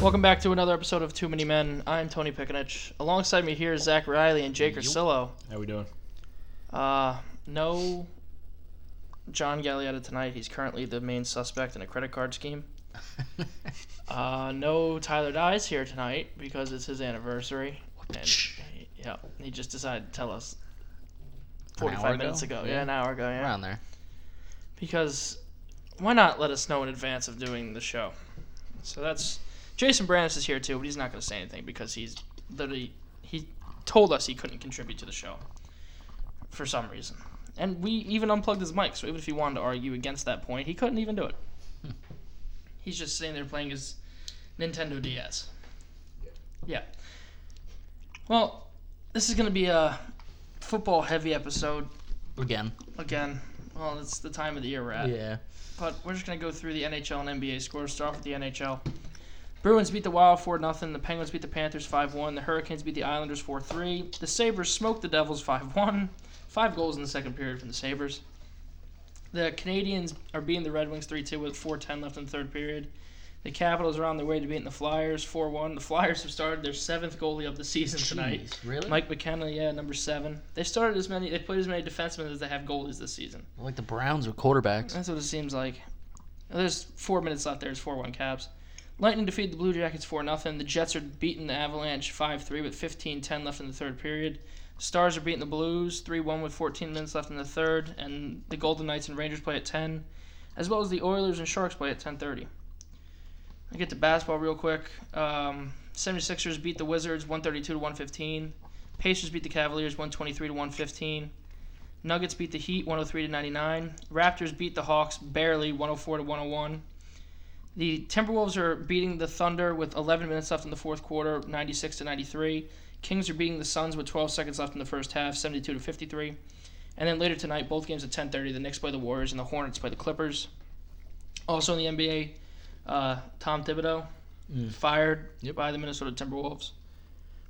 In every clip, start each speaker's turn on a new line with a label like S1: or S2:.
S1: welcome back to another episode of Too Many Men. I'm Tony Pickenich. Alongside me here is Zach Riley and Jake
S2: Yup.
S1: Ursillo.
S2: How we doing?
S1: Uh, no John Gallietta tonight. He's currently the main suspect in a credit card scheme. Uh, no Tyler Dies here tonight because it's his anniversary. And he, yeah, he just decided to tell us
S2: An hour
S1: 45 minutes ago. Yeah.
S2: Yeah.
S1: an hour ago. Yeah.
S2: Around there.
S1: Because why not let us know in advance of doing the show? So that's Jason Brandis is here too, but he's not going to say anything because he's literally he told us he couldn't contribute to the show for some reason. And we even unplugged his mic, so even if he wanted to argue against that point, he couldn't even do it. He's just sitting there playing his Nintendo DS. Yeah. Well, this is going to be a football heavy episode
S2: Again.
S1: again. Well, it's the time of the year we're at.
S2: Yeah.
S1: But we're just gonna go through the NHL and NBA scores. Start off with the NHL. Bruins beat the Wild four 0 The Penguins beat the Panthers five one. The Hurricanes beat the Islanders four three. The Sabers smoked the Devils five one. Five goals in the second period from the Sabers. The Canadians are beating the Red Wings three two with four ten left in the third period. The Capitals are on their way to beating the Flyers four one. The Flyers have started their seventh goalie of the season tonight.
S2: Jeez, really?
S1: Mike McKenna, yeah, number seven. They've started as many. They played as many defensemen as they have goalies this season.
S2: like the Browns with quarterbacks.
S1: That's what it seems like. There's four minutes left. There's four one Caps. Lightning defeat the Blue Jackets four 0 The Jets are beating the Avalanche five three with 15-10 left in the third period. Stars are beating the Blues three one with 14 minutes left in the third, and the Golden Knights and Rangers play at ten, as well as the Oilers and Sharks play at ten thirty. I get to basketball real quick. Um, 76ers beat the Wizards 132 to 115. Pacers beat the Cavaliers 123 to 115. Nuggets beat the Heat 103 to 99. Raptors beat the Hawks barely 104 to 101. The Timberwolves are beating the Thunder with 11 minutes left in the fourth quarter, 96 to 93. Kings are beating the Suns with 12 seconds left in the first half, 72 to 53. And then later tonight, both games at 10:30, the Knicks play the Warriors and the Hornets play the Clippers. Also in the NBA, uh, Tom Thibodeau
S2: Mm.
S1: fired
S2: Yep.
S1: by the Minnesota Timberwolves,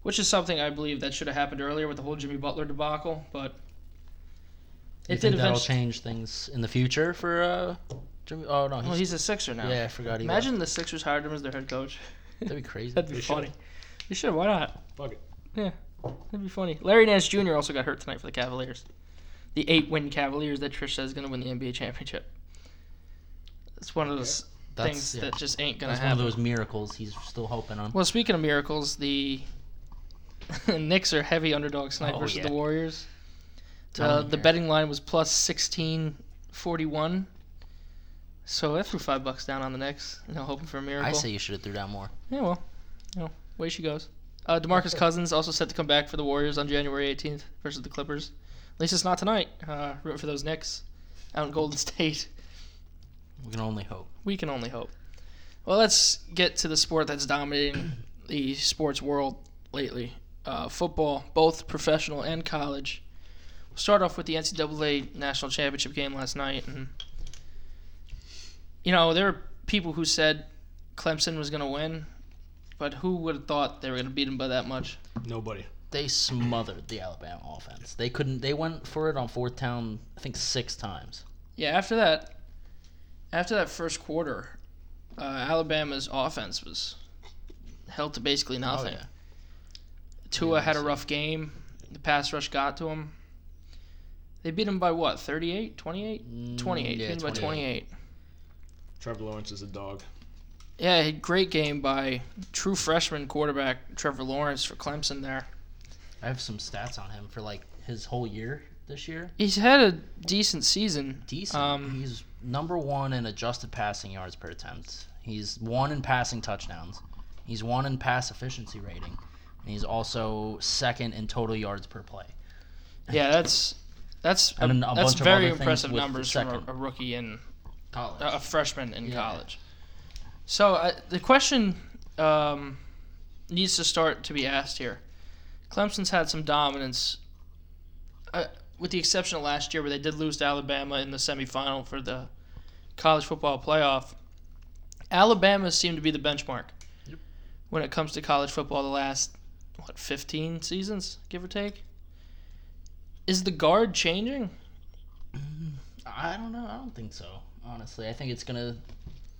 S1: which is something I believe that should have happened earlier with the whole Jimmy Butler debacle, but
S2: You
S1: it
S2: think
S1: did
S2: that'll
S1: eventually.
S2: change things in the future for uh, Jimmy. Oh no, he's,
S1: Well, he's a Sixer now.
S2: yeah, I forgot. He left.
S1: Imagine the Sixers hired him as their head coach.
S2: that'd be crazy.
S1: That'd be
S2: They
S1: funny.
S2: should've.
S1: You should. Why not?
S2: Fuck it.
S1: Yeah, that'd be funny. Larry Nance Jr. also got hurt tonight for the Cavaliers, the eight-win Cavaliers that Trish says is going to win the NBA championship. It's one of those
S2: That's,
S1: things
S2: yeah,
S1: that just ain't going to
S2: that's one of
S1: happen.
S2: those miracles he's still hoping on.
S1: Well, speaking of miracles, the Knicks are heavy underdogs tonight
S2: Oh,
S1: versus
S2: yeah.
S1: the Warriors.
S2: Tell
S1: Uh,
S2: me
S1: the
S2: here.
S1: betting line was plus sixteen forty-one. So I threw five bucks down on the Knicks, you know, hoping for a miracle.
S2: I say you should have threw down more.
S1: Yeah, well, you know, way she goes. Uh, Demarcus Cousins also set to come back for the Warriors on January 18th versus the Clippers. At least it's not tonight. Uh, rooting for those Knicks out in Golden State.
S2: We can only hope.
S1: We can only hope. Well, let's get to the sport that's dominating the sports world lately. Uh, football, both professional and college. We'll start off with the NCAA national championship game last night, and you know there were people who said Clemson was going to win, but who would have thought they were going to beat them by that much?
S3: Nobody.
S2: They smothered the Alabama offense. They couldn't. They went for it on fourth down. I think six times.
S1: Yeah, after that, after that first quarter, uh, Alabama's offense was held to basically nothing.
S2: Oh, yeah.
S1: Tua
S2: Yeah,
S1: had a
S2: so-
S1: rough game. The pass rush got to him. They beat him by what? 38, 28,
S2: Mm,
S1: 28.
S2: yeah,
S1: beat him by 28.
S3: Trevor Lawrence is a dog.
S1: Yeah, a great game by true freshman quarterback Trevor Lawrence for Clemson there.
S2: I have some stats on him for like his whole year this year.
S1: He's had a decent season.
S2: Decent.
S1: Um,
S2: He's number one in adjusted passing yards per attempt. He's one in passing touchdowns. He's one in pass efficiency rating. And he's also second in total yards per play.
S1: Yeah, that's that's a,
S2: And then a
S1: that's
S2: bunch of
S1: very
S2: other things
S1: impressive
S2: with the
S1: numbers from a,
S2: second.
S1: a rookie in
S2: College.
S3: Uh,
S1: a freshman in
S2: Yeah.
S1: college. So uh, the question um, needs to start to be asked here. Clemson's had some dominance, uh, with the exception of last year, where they did lose to Alabama in the semifinal for the college football playoff. Alabama seemed to be the benchmark
S2: Yep.
S1: when it comes to college football. The last what fifteen seasons, give or take. Is the guard changing?
S2: I don't know. I don't think so. Honestly, I think it's gonna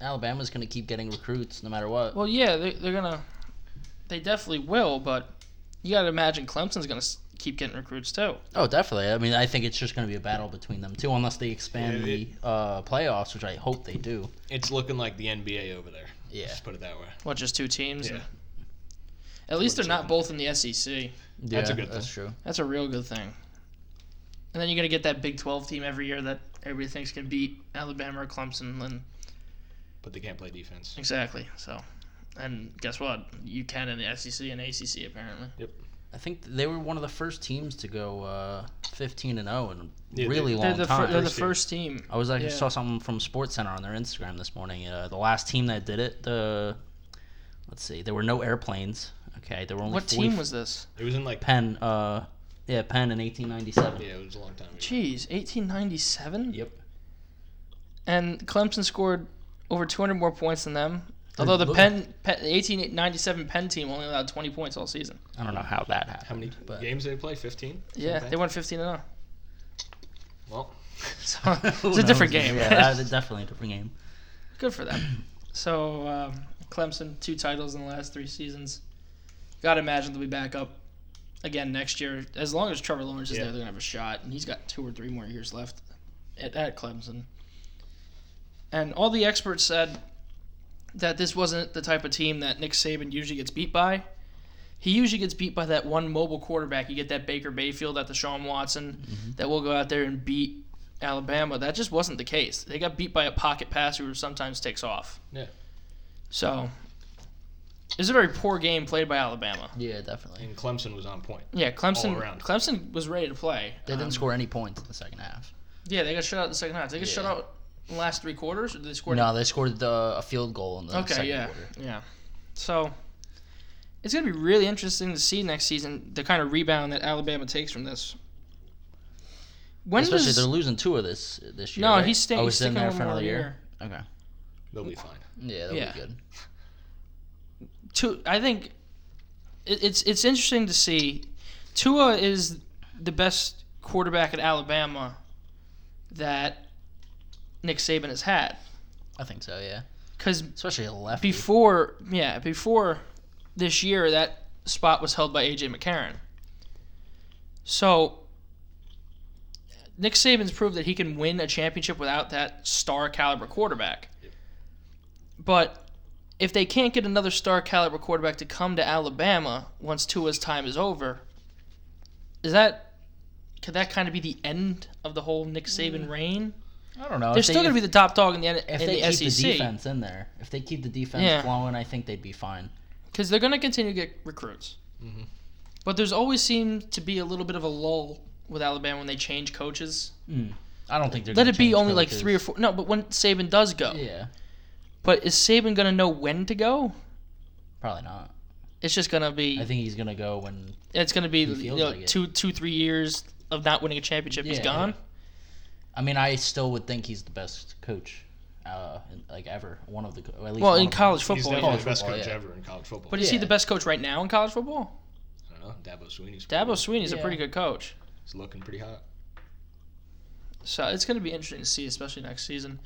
S2: Alabama's going to keep getting recruits no matter what.
S1: Well, yeah, they, they're gonna, they definitely will. But you gotta imagine Clemson's gonna s- keep getting recruits too.
S2: Oh, definitely. I mean, I think it's just going to be a battle between them too, unless they expand
S3: Yeah, it-
S2: the uh, playoffs, which I hope they do.
S3: It's looking like the NBA over there.
S2: Yeah.
S3: Just put it that way.
S1: What, just two teams?
S3: Yeah.
S1: At least they're
S3: That's
S1: not both in the SEC.
S3: That's a good
S2: That's true.
S1: That's a real good thing. And then you're gonna get that Big 12 team every year that everybody thinks can beat Alabama or Clemson, and
S3: But they can't play defense.
S1: exactly. So, and guess what? You can in the SEC and ACC apparently.
S2: I think they were one of the first teams to go uh, 15 and 0 in a
S3: Yeah,
S2: really
S3: they-
S2: long
S1: they're the,
S2: time.
S1: Fir- they're the
S3: First team.
S1: first team.
S2: I was like,
S1: Yeah.
S2: I saw something from Sports Center on their Instagram this morning. Uh, the last team that did it, the let's see, there were no airplanes. Okay, there were only
S1: What
S2: 40
S1: team was this?
S3: It was in like
S2: Penn? Uh, yeah, Penn in 1897.
S3: yeah, it was a long time ago.
S1: Jeez, 1897.
S2: Yep.
S1: And Clemson scored over 200 more points than them. Although the
S2: look-
S1: Penn, Penn, the 1897 Penn team only allowed 20 points all season.
S2: I don't know how that happened.
S3: How many
S2: But
S3: games did they play? Fifteen.
S1: Yeah, they won 15 to 0.
S3: Well,
S1: oh. So
S2: Who
S1: it's a
S2: knows?
S1: different game.
S2: Yeah, that was definitely a different game.
S1: Good for them. So um, Clemson, two titles in the last three seasons. Got to imagine they'll be back up again next year. As long as Trevor Lawrence is
S3: Yeah.
S1: there, they're gonna have a shot, and he's got two or three more years left at, at Clemson. And all the experts said that this wasn't the type of team that Nick Saban usually gets beat by. He usually gets beat by that one mobile quarterback. You get that Baker Bayfield, that Deshaun Watson, that will go out there and beat Alabama. That just wasn't the case. They got beat by a pocket passer who sometimes takes off.
S3: Yeah.
S1: So it was a very poor game played by Alabama.
S2: Yeah, definitely.
S3: and Clemson was on point.
S1: Yeah, Clemson.
S3: All around.
S1: Clemson was ready to play.
S2: They didn't
S1: Um,
S2: score any points in the second half.
S1: Yeah, they got shut out in the second half. They got shut
S2: Yeah.
S1: out in the last three quarters. Or did they scored.
S2: No, they scored the, a field goal in the
S1: Okay.
S2: second
S1: Yeah.
S2: quarter.
S1: Yeah. So it's gonna be really interesting to see next season the kind of rebound that Alabama takes from this. When
S2: Especially
S1: does
S2: they're losing two of this this year.
S1: no?
S2: right?
S1: He's staying.
S2: Oh,
S1: he's
S2: he's in
S1: sticking
S2: there
S1: one
S2: for
S1: more
S2: another
S1: year.
S2: year. Okay.
S3: They'll be fine.
S2: Yeah, that'll
S1: Yeah.
S2: be good.
S1: two, I think it, it's it's interesting to see. Tua is the best quarterback at Alabama that Nick Saban has had
S2: I think so. Yeah.
S1: because
S2: Especially a lefty.
S1: before yeah before this year that spot was held by AJ McCarron. So Nick Saban's proved that he can win a championship without that star caliber quarterback. But if they can't get another star caliber quarterback to come to Alabama once Tua's time is over, is that could that kind of be the end of the whole Nick Saban reign?
S2: Mm. I don't know.
S1: They're still going to be the top dog in the, N-
S2: if
S1: in
S2: they
S1: the E
S2: keep
S1: SEC.
S2: the defense in there. If they keep the defense
S1: Yeah.
S2: flowing, I think they'd be fine.
S1: because they're going to continue to get recruits.
S2: Mm-hmm.
S3: Mhm.
S1: But there's always seemed to be a little bit of a lull with Alabama when they change coaches.
S2: Hmm. I don't think they're.
S1: Let
S2: gonna
S1: it be
S2: change
S1: only like
S2: coaches.
S1: three or four. No, but when Saban does go,
S2: Yeah,
S1: but is Saban going to know when to go?
S2: probably not.
S1: It's just going to be.
S2: I think he's gonna go when.
S1: it's going to be you
S2: feels
S1: know,
S2: like it.
S1: two, two, three years of not winning a championship. He's
S2: Yeah.
S1: gone.
S2: I mean, I still would think he's the best coach, uh, in- like ever. One of the co- at least
S1: Well,
S2: one
S1: in
S2: of them.
S1: college
S3: He's
S1: football,
S3: definitely
S1: yeah.
S3: the best
S2: football,
S3: coach
S2: yeah.
S3: ever in college football.
S1: but is he
S2: Yeah.
S1: the best coach right now in college football?
S3: I don't know. Dabo Sweeney's
S1: Dabo Sweeney's a
S2: Yeah.
S1: pretty good coach.
S3: He's looking pretty hot.
S1: So it's going to be interesting to see, especially next season.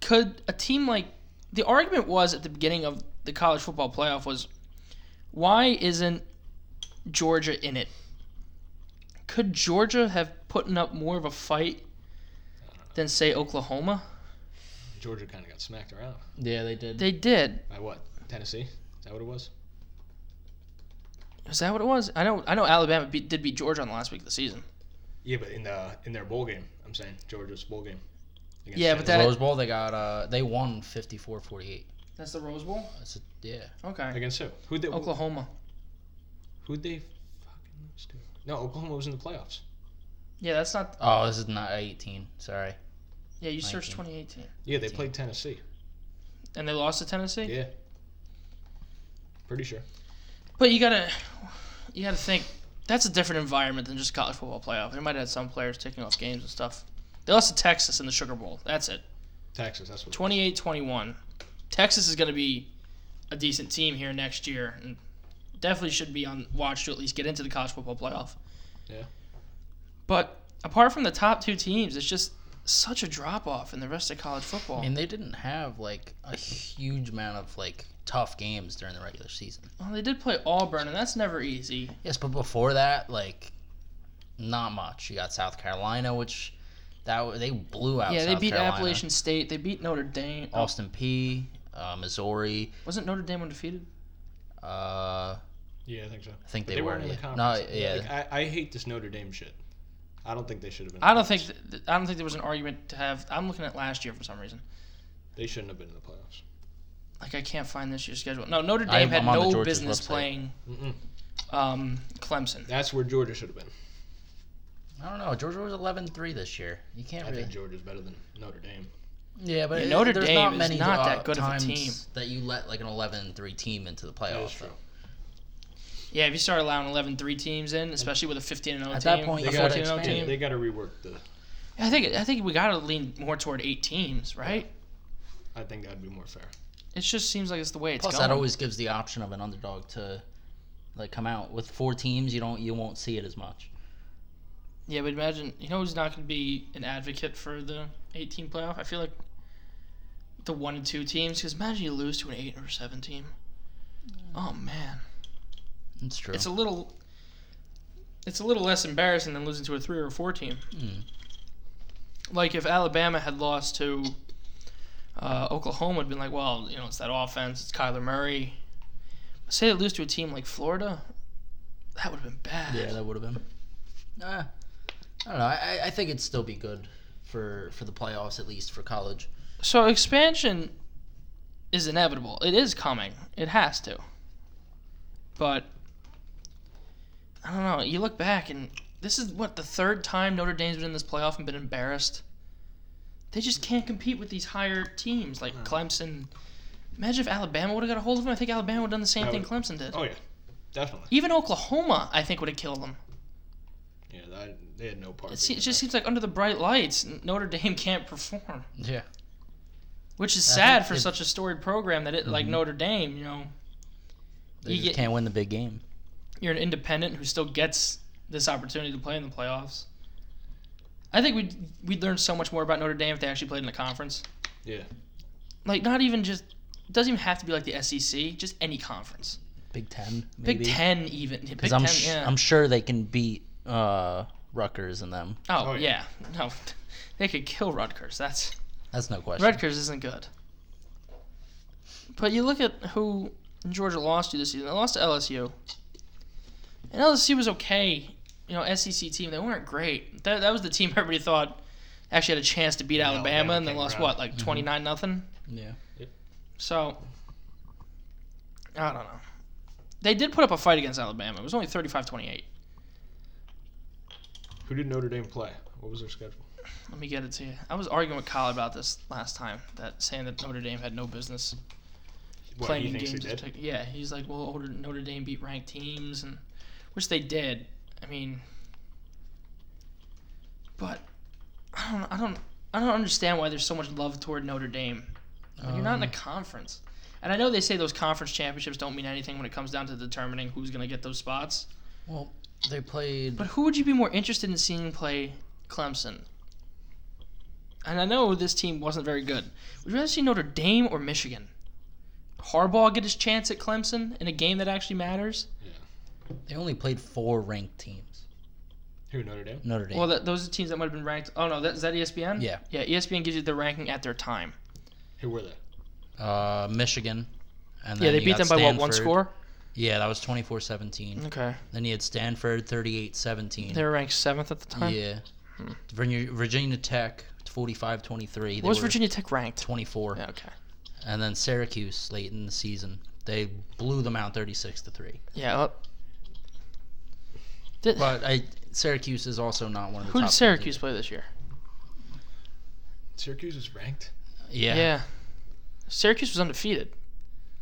S1: Could a team like the argument was at the beginning of the college football playoff was why isn't Georgia in it? Could Georgia have put up more of a fight than say Oklahoma?
S3: Georgia kind of got smacked around
S2: Yeah, they did.
S1: They did.
S3: by what? Tennessee? Is that what it was?
S1: Is that what it was? I know. I know Alabama beat, did beat Georgia on the last week of the season.
S3: Yeah, but in the in their bowl game, I'm saying Georgia's bowl game. against
S1: Yeah, but
S3: Tennessee.
S2: Rose Bowl, they got uh, they won 54-48.
S1: That's the Rose Bowl.
S2: That's a, yeah.
S1: Okay.
S3: against who? Who they
S1: Oklahoma.
S3: who they fucking lose to? No, Oklahoma was in the playoffs.
S1: Yeah, that's not.
S2: Oh, this is not eighteen. Sorry.
S1: Yeah, you searched
S2: 19.
S1: 2018,
S3: Yeah, they played Tennessee.
S1: and they lost to Tennessee.
S3: Yeah, pretty sure.
S1: But you gotta, you gotta think that's a different environment than just college football playoff. They might have had some players taking off games and stuff. They lost to Texas in the Sugar Bowl. That's it.
S3: Texas. That's what.
S1: 28-21. Texas is gonna be a decent team here next year, and definitely should be on watch to at least get into the college football playoff.
S3: Yeah.
S1: But apart from the top two teams, it's just such a drop off in the rest of college football.
S2: I mean, they didn't have like a huge amount of like tough games during the regular season.
S1: well, they did play Auburn, and that's never easy.
S2: Yes, but before that, like, not much. You got South Carolina, which that wa- they blew out.
S1: yeah, they
S2: South
S1: beat
S2: Carolina.
S1: Appalachian State. They beat Notre Dame. Oh,
S2: Austin P, uh, Missouri.
S1: wasn't Notre Dame undefeated?
S2: Uh,
S3: Yeah, I think so.
S2: I think
S3: But
S2: they, were.
S3: weren't in the
S2: yeah.
S3: conference.
S2: No, yeah.
S3: Like, I, I hate this Notre Dame shit. I don't think they should have been.
S1: I don't think th- th- I don't think there was an argument to have. I'm looking at last year for some reason.
S3: they shouldn't have been in the playoffs.
S1: Like I can't find this year's schedule. No, Notre Dame
S2: I-
S1: had
S2: I'm on the
S1: no
S2: Georgia's
S1: business
S2: website.
S1: playing
S3: Mm-mm.
S1: um, Clemson.
S3: That's where Georgia should have been.
S2: I don't know. Georgia was 11-3 this year. You can't
S3: I
S2: really.
S3: think Georgia's better than Notre Dame.
S2: Yeah, but
S1: Yeah,
S2: it-
S1: Notre
S2: there's
S1: Dame
S2: not
S1: is
S2: many
S1: not
S2: uh,
S1: that good of a
S2: times
S1: team.
S2: that you let like an 11-3 team into the
S3: That is
S2: playoffs.
S3: true.
S2: though.
S1: Yeah, if you start allowing 11 3 teams in, especially with a 15 and 0
S2: At
S1: team,
S2: that point,
S1: a
S2: you
S1: 14
S2: gotta
S1: and 0
S2: expand.
S1: team.
S3: Yeah, they got to rework the.
S1: I think I think we gotta lean more toward eight teams, right?
S3: I think that'd be more fair.
S1: It just seems like it's the way it's
S2: Plus,
S1: going.
S2: that always gives the option of an underdog to like come out with four teams. You don't. You won't see it as much.
S1: Yeah, but imagine you know who's not going to be an advocate for the 18 playoff. I feel like the one and two teams. Because imagine you lose to an eight or seven team. Oh man,
S2: It's true.
S1: it's a little. It's a little less embarrassing than losing to a three or a four team.
S2: Mm.
S1: Like if Alabama had lost to uh, Oklahoma, it'd been like, well, you know, it's that offense. It's Kyler Murray. Say they lose to a team like Florida, that would have been bad.
S2: Yeah, that would have been. Uh, I don't know. I, I- I think it'd still be good for for the playoffs, at least for college.
S1: So expansion is inevitable. It is coming. It has to. But I don't know. You look back and this is what the third time Notre Dame's been in this playoff and been embarrassed. They just can't compete with these higher teams like Clemson. Imagine if Alabama would have got a hold of them. I think Alabama would have done the same
S3: That
S1: thing
S3: would've-
S1: Clemson did.
S3: Oh yeah, definitely.
S1: Even Oklahoma, I think, would have killed them.
S3: Yeah, that, they had no part.
S1: It, se-
S3: being
S1: it just
S3: there.
S1: seems like under the bright lights, Notre Dame can't perform.
S2: Yeah.
S1: Which is
S2: I
S1: sad
S2: think
S1: for
S2: if-
S1: such a storied program that it like Notre Dame, you know,
S2: They
S1: You
S2: just
S1: get-
S2: can't win the big game.
S1: you're an independent who still gets this opportunity to play in the playoffs. I think we'd we'd learn so much more about Notre Dame if they actually played in the conference.
S3: Yeah,
S1: Like not even just it doesn't even have to be like the SEC, just any conference.
S2: Big Ten, maybe.
S1: Big Ten even. Yeah, Big
S2: Because I'm,
S1: Ten,
S2: sh-
S1: yeah.
S2: I'm sure they can beat uh, Rutgers and them.
S1: oh,
S3: Oh,
S1: yeah.
S3: yeah.
S1: No. They could kill Rutgers. That's
S2: That's no question.
S1: Rutgers isn't good. But you look at who Georgia lost to this season. They lost to LSU. And LSU was okay. You know, SEC team, they weren't great. That, that was the team everybody thought actually had a chance to beat Alabama,
S3: Alabama
S1: and they
S3: came
S1: lost,
S3: around.
S1: what, like 29 nothing?
S2: yeah.
S1: So, I don't know. They did put up a fight against Alabama. It was only 35 28.
S3: who did Notre Dame play? What was their schedule?
S1: Let me get it to you. I was arguing with Kyle about this last time, that saying that Notre Dame had no business
S3: What
S1: playing
S3: he
S1: in
S3: thinks
S1: games.
S3: they
S1: with
S3: did?
S1: Tech- yeah, he's like, well, Notre- Notre Dame beat ranked teams, and which they did. I mean, but I don't, I don't, I don't understand why there's so much love toward Notre Dame. When you're not in a conference, and I know they say those conference championships don't mean anything when it comes down to determining who's going to get those spots.
S2: Um, Well, they played.
S1: But who would you be more interested in seeing play Clemson? And I know this team wasn't very good. Would you rather see Notre Dame or Michigan? Harbaugh get his chance at Clemson in a game that actually matters?
S2: They only played four ranked teams.
S3: Who Notre Dame?
S2: Notre Dame.
S1: Well, that, those are teams that might have been ranked. Oh, no, that, is that ESPN?
S2: Yeah.
S1: Yeah, E ESPN gives you the ranking at their time.
S3: Who were they?
S2: uh, Michigan. And
S1: yeah,
S2: then
S1: they
S2: you
S1: beat
S2: got
S1: them by what, one
S2: Stanford.
S1: score? Mm.
S2: Yeah, that was 24-17.
S1: Okay.
S2: Then you had Stanford 38-17.
S1: They were ranked seventh at the time.
S2: Yeah. Virginia, Virginia Tech 45 23.
S1: What was Virginia Tech ranked?
S2: 24.
S1: Yeah, okay.
S2: And then Syracuse late in the season. They blew them out 36 to 3.
S1: Yeah. uh, well- Did-
S2: But I, Syracuse is also not one of the
S1: who
S2: top
S1: did
S2: teams
S1: Syracuse
S2: either.
S1: play this year?
S3: Syracuse is ranked.
S2: Yeah. yeah.
S1: yeah. Syracuse was undefeated.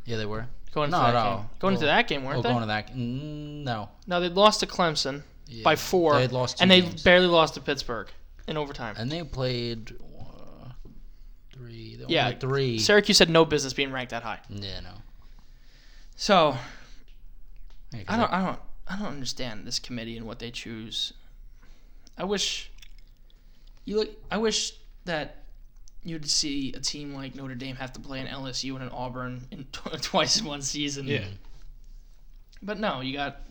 S2: they were.
S1: Going into
S2: No,
S1: that
S2: no.
S1: game. Going into
S2: Well-
S1: that game,
S2: Oh,
S1: weren't
S2: going
S1: they?
S2: to that. mm, No.
S1: No, they lost to Clemson
S2: Yeah.
S1: by four,
S2: They had lost two
S1: and they
S2: games.
S1: barely lost to Pittsburgh in overtime.
S2: and they played uh, three. They only
S1: Yeah,
S2: had three.
S1: Syracuse had no business being ranked that high.
S2: yeah, no.
S1: So
S2: Yeah, 'cause
S1: I
S2: they-
S1: don't, I don't, I don't understand this committee and what they choose. I wish you look. I wish that you'd see a team like Notre Dame have to play an LSU and an Auburn in tw- twice in one season.
S3: Yeah.
S1: But no, you got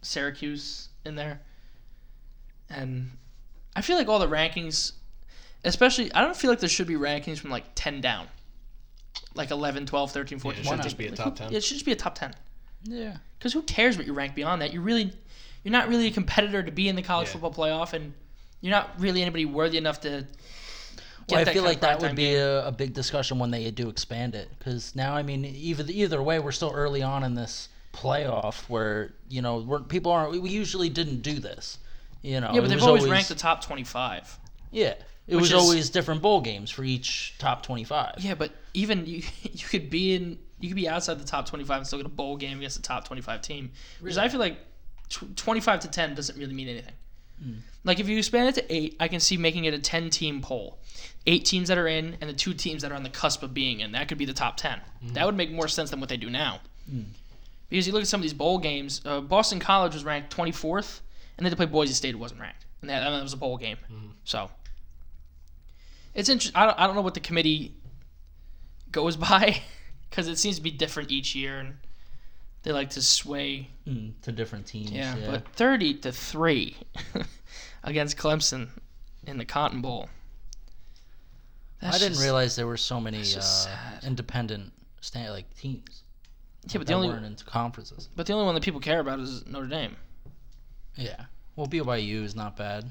S1: Syracuse in there. And I feel like all the rankings, especially, I don't feel like there should be rankings from like 10 down. Like 11, 12, 13, 14.
S3: should
S1: 15.
S3: just be a
S1: Like,
S3: top
S1: who-
S3: 10.
S1: It should just be a top 10.
S2: Yeah.
S1: Because who cares what you rank beyond that? You really, you're not really a competitor to be in the college
S3: Yeah.
S1: football playoff, and you're not really anybody worthy enough to.
S2: Well, I
S1: that
S2: feel
S1: kind
S2: like that
S1: of primetime
S2: would be a, a big discussion when they do expand it, because now, I mean, either either way, we're still early on in this playoff where you know we're, people aren't. We, we usually didn't do this, you know.
S1: Yeah, but
S2: it
S1: they've
S2: was
S1: always ranked the top 25.
S2: Yeah, it
S1: which
S2: was
S1: is-
S2: always different bowl games for each top twenty-five.
S1: Yeah, but even you, you could be in, you could be outside the top 25 and still get a bowl game against a top 25 team. Because I feel like tw- 25 to 10 doesn't really mean anything. Like if you expand it to eight, I can see making it a 10 team poll, eight teams that are in, and the two teams that are on the cusp of being in. That could be the top 10. That would make more sense than what they do now. Because you look at some of these bowl games, uh, Boston College was ranked 24th, and then they played Boise State, who wasn't ranked, and that, that was a bowl game. So it's interesting. I don't, I don't know what the committee goes by because it seems to be different each year, and they like to sway.
S2: Mm, to different teams.
S1: Yeah,
S2: Yeah,
S1: but 30 to three against Clemson in the Cotton Bowl. That's
S2: I didn't
S1: just-
S2: realize there were so many uh,
S1: just sad.
S2: independent stand like teams
S1: Yeah, but
S2: that
S1: the only
S2: weren't into conferences.
S1: but the only one that people care about is Notre Dame.
S2: Yeah, well, BYU is not bad.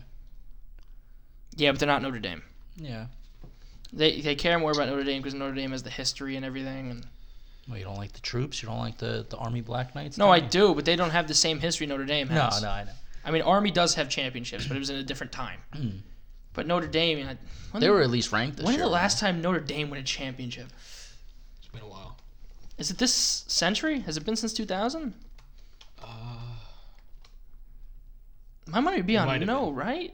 S1: Yeah, but they're not Notre Dame.
S2: Yeah,
S1: They they care more about Notre Dame because Notre Dame has the history and everything. And
S2: well, you don't like the troops. You don't like the the Army Black Knights.
S1: no, I
S2: do.
S1: do, but they don't have the same history Notre Dame
S2: No,
S1: has.
S2: no, I know.
S1: I mean, Army does have championships, but it was in a different time. But Notre Dame, I- when,
S2: They were at least ranked this
S1: Mm. when
S2: year.
S1: the last time Notre Dame won a championship?
S3: It's been a while.
S1: Is it this century? Has it been since 2000?
S3: Uh,
S1: My money would be on
S3: might have
S1: no, right?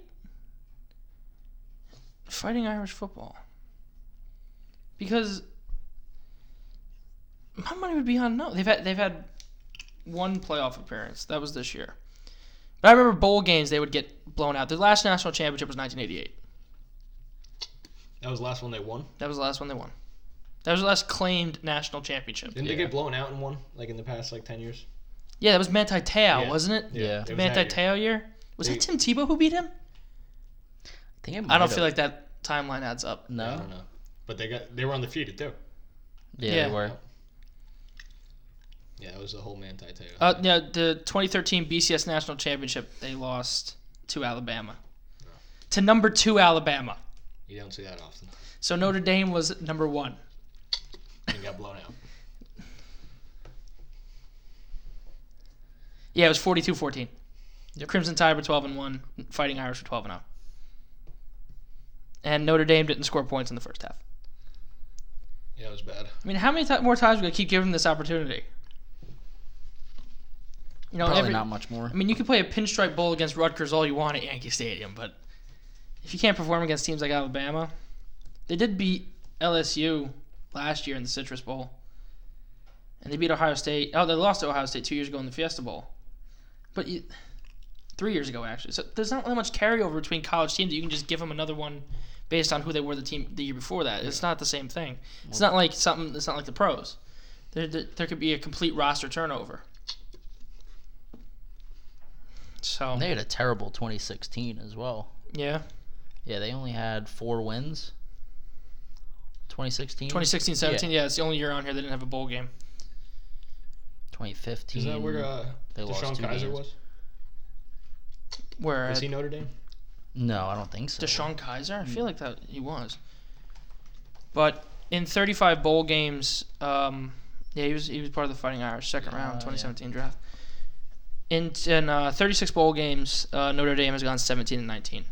S1: Fighting Irish football. Because my money would be on no. They've had they've had one playoff appearance. That was this year. But I remember bowl games they would get blown out. Their last national championship was 1988.
S3: that was the last one they won.
S1: That was the last one they won. That was the last claimed national championship.
S3: Didn't they
S2: Yeah.
S3: get blown out in one like in the past like ten years?
S1: Yeah, that was Manti Te'o,
S3: Yeah.
S1: wasn't it?
S2: Yeah.
S3: it was that
S1: Manti
S3: year.
S1: Te'o year. Was
S3: They-
S1: that Tim Tebow who beat him?
S2: I, think it
S1: I
S2: might
S1: don't
S2: have-
S1: feel like that timeline adds up.
S2: No.
S3: I don't know. But they got they were undefeated too.
S2: Yeah,
S1: Yeah.
S2: they were.
S3: Yeah, that was the whole Manti Te'o.
S1: Uh, no, the 2013 BCS National Championship, they lost to Alabama. To number two Alabama.
S3: you don't see that often.
S1: So Notre Dame was number one.
S3: And got blown out.
S1: Yeah, it was 42 14.
S2: Yep.
S1: Crimson Tide were 12 and 1. Fighting Irish were 12 and 0. And Notre Dame didn't score points in the first half.
S3: Yeah, it was bad.
S1: I mean, how many ti more times are we going to keep giving them this opportunity? You know,
S2: Probably
S1: every,
S2: not much more.
S1: I mean, you can play a pinstripe bowl against Rutgers all you want at Yankee Stadium, but if you can't perform against teams like Alabama, they did beat LSU last year in the Citrus Bowl, and they beat Ohio State. Oh, they lost to Ohio State two years ago in the Fiesta Bowl, but you, three years ago actually. So there's not that much carryover between college teams that you can just give them another one based on who they were the team the year before that. It's not the same thing. It's not like something. It's not like the pros. There, there, there could be a complete roster turnover. So
S2: They had a terrible 2016 as well.
S1: yeah,
S2: Yeah, they only had four wins. 2016,
S1: 2016, 17. Yeah. it's the only year on here they didn't have a bowl game.
S2: 2015.
S3: Is that where uh,
S2: they lost
S3: Deshaun
S2: two
S3: Kaiser
S2: games.
S3: was?
S1: Where
S3: Was
S1: uh,
S3: he Notre Dame?
S2: No, I don't think so. mm.
S1: Deshaun Kaiser? I feel like that he was. But in 35 bowl games, um, yeah, he was he was part of the Fighting Irish second
S2: Uh,
S1: round
S2: yeah.
S1: 2017 draft. In in uh, 36 bowl games, uh, Notre Dame has gone 17 and 19.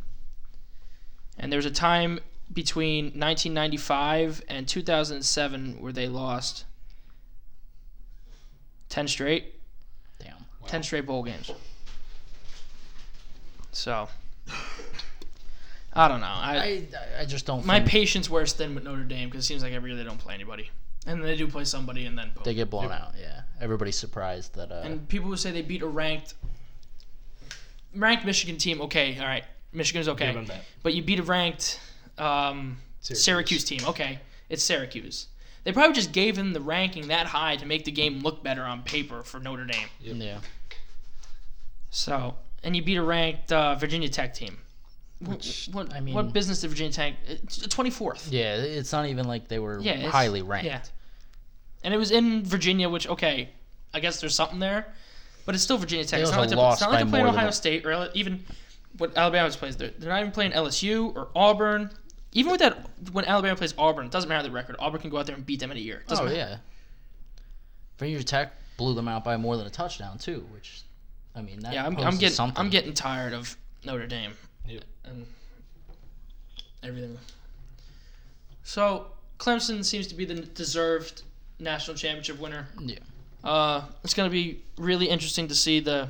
S1: And there was a time between 1995 and 2007 where they lost 10 straight.
S2: Damn.
S1: 10 straight bowl games. So, I don't know. I,
S2: I, I- I just don't.
S1: my
S2: think
S1: patience wears thin with Notre Dame because it seems like every year they don't play anybody. And they do play somebody and then boom.
S2: they get blown out. Yeah, everybody's surprised that. Uh,
S1: And people who say they beat a ranked ranked Michigan team, okay, all right. Michigan's okay.
S3: Give him that.
S1: But you beat a ranked um, Syracuse team. Okay, it's Syracuse. They probably just gave him the ranking that high to make the game look better on paper for Notre Dame.
S3: Yep.
S2: Yeah.
S1: So, and you beat a ranked uh, Virginia Tech team. Wh-
S2: Which,
S1: what,
S2: I mean-
S1: what business did Virginia Tech? uh, Twenty fourth.
S2: Yeah, it's not even like they were
S1: Yeah, it's-
S2: highly ranked.
S1: Yeah, and it was in Virginia, which okay, I guess there's something there, but it's still Virginia Tech.
S2: It
S1: It's
S2: was
S1: not,
S2: a
S1: like they're,
S2: loss
S1: it's not like
S2: by
S1: they're playing
S2: more than
S1: Ohio
S2: a-
S1: State or even what Alabama just plays. They're, they're not even playing LSU or Auburn. Even with that, when Alabama plays Auburn, it doesn't matter the record. Auburn can go out there and beat them in a year. It
S2: Oh
S1: doesn't matter.
S2: yeah. Virginia Tech blew them out by more than a touchdown too, which I mean that
S1: Yeah, I'm,
S2: poses
S1: I'm getting
S2: something.
S1: I'm getting tired of Notre Dame.
S3: Yep.
S1: And everything. So Clemson seems to be the deserved national championship winner.
S2: Yeah.
S1: Uh, it's going to be really interesting to see the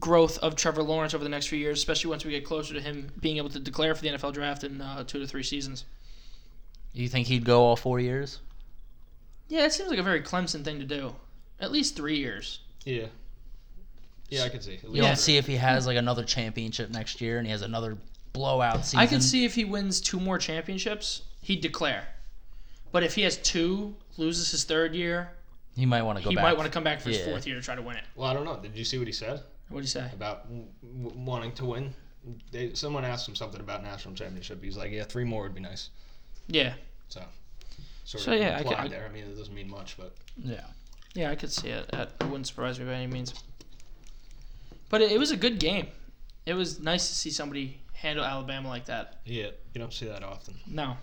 S1: growth of Trevor Lawrence over the next few years, especially once we get closer to him being able to declare for the NFL draft in uh, two to three seasons.
S2: You think he'd go all four years?
S1: Yeah, it seems like a very Clemson thing to do. At least three years.
S3: Yeah. Yeah, I can see.
S2: You
S1: Yeah.
S2: don't see if he has like another championship next year and he has another blowout season.
S1: I could see if he wins two more championships, he'd declare. But if he has two, loses his third year,
S2: he might want to go
S1: he
S2: back.
S1: might want to come back for his
S2: Yeah.
S1: fourth year to try to win it.
S3: Well, I don't know. Did you see what he said
S1: What do you say?
S3: about w- w- wanting to win? They, someone asked him something about national championship. He's like, "Yeah, three more would be nice."
S1: Yeah,
S3: Sort
S1: So,
S3: of
S1: yeah, I
S3: implied
S1: ca- I-
S3: there. I mean, it doesn't mean much, but
S2: yeah.
S1: yeah, I could see it. That wouldn't surprise me by any means. But it, it was a good game. It was nice to see somebody handle Alabama like that.
S3: yeah, you don't see that often.
S1: No.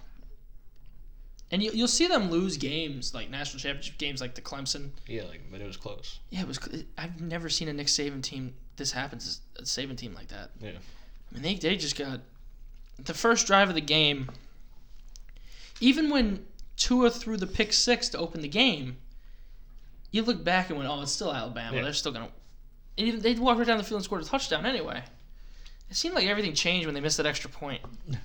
S1: And you, you'll see them lose games like national championship games, like the Clemson.
S3: Yeah, like, but it was close.
S1: Yeah, it was. cl- I've never seen a Nick Saban team. This happens a Saban team like that.
S3: Yeah.
S1: I mean, they, they just got the first drive of the game. Even when Tua threw the pick six to open the game, you look back and went, "Oh, it's still Alabama.
S3: Yeah.
S1: They're still gonna." And even, they'd walk right down the field and scored a touchdown anyway. It seemed like everything changed when they missed that extra point.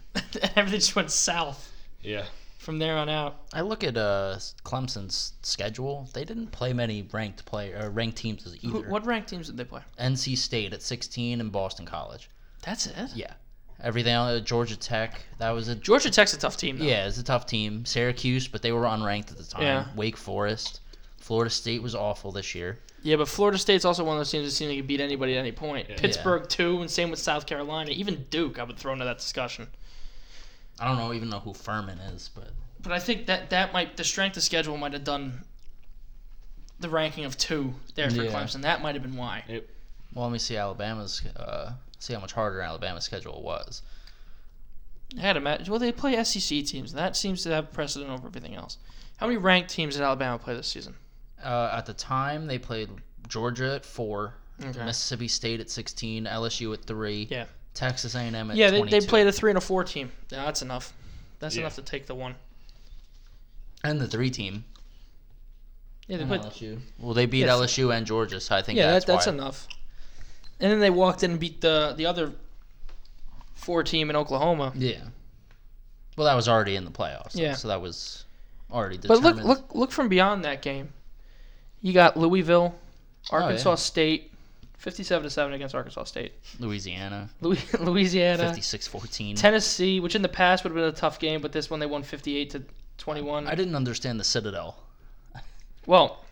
S1: everything just went south
S3: Yeah.
S1: from there on out.
S2: I look at uh, Clemson's schedule. They didn't play many ranked play or ranked teams as either.
S1: Who, what ranked teams did they play?
S2: NC State at 16 and Boston College.
S1: That's it.
S2: Yeah. Everything else, Georgia Tech. That was a
S1: Georgia Tech's a tough team. Though.
S2: yeah, it's a tough team. Syracuse, but they were unranked at the time.
S1: Yeah.
S2: Wake Forest. Florida State was awful this year.
S1: Yeah, but Florida State's also one of those teams that seem they can beat anybody at any point.
S3: Yeah.
S1: Pittsburgh too, and same with South Carolina. Even Duke, I would throw into that discussion.
S2: I don't know even know who Furman is, but
S1: But I think that that might the strength of schedule might have done the ranking of two there for
S2: Yeah.
S1: Clemson. That might have been why.
S2: well, let me see Alabama's uh, see how much harder Alabama's schedule was.
S1: I had a match. Well, they play SEC teams, and that seems to have precedent over everything else. How many ranked teams did Alabama play this season?
S2: Uh, at the time, they played Georgia at four,
S1: Okay.
S2: Mississippi State at 16, LSU at three,
S1: Yeah.
S2: Texas A&M at
S1: Yeah, they, they
S2: 22.
S1: played a three and a four team. Yeah, that's enough. That's
S3: Yeah.
S1: enough to take the one.
S2: and the three team.
S1: Yeah, they
S2: and
S1: played.
S2: LSU. Well, they beat
S1: Yes.
S2: LSU and Georgia, so I think
S1: Yeah,
S2: that's
S1: that, that's
S2: why.
S1: enough. And then they walked in and beat the the other four team in Oklahoma.
S2: Yeah. Well, that was already in the playoffs.
S1: Yeah.
S2: So that was already
S1: But
S2: determined.
S1: look, look, look from beyond that game. You got Louisville,
S2: Oh, yeah.
S1: Arkansas State, fifty-seven to seven against Arkansas State.
S2: Louisiana,
S1: Louis,
S2: uh,
S1: Louisiana,
S2: 56-14.
S1: Tennessee, which in the past would have been a tough game, but this one they won fifty-eight to twenty-one.
S2: I didn't understand the Citadel.
S1: well,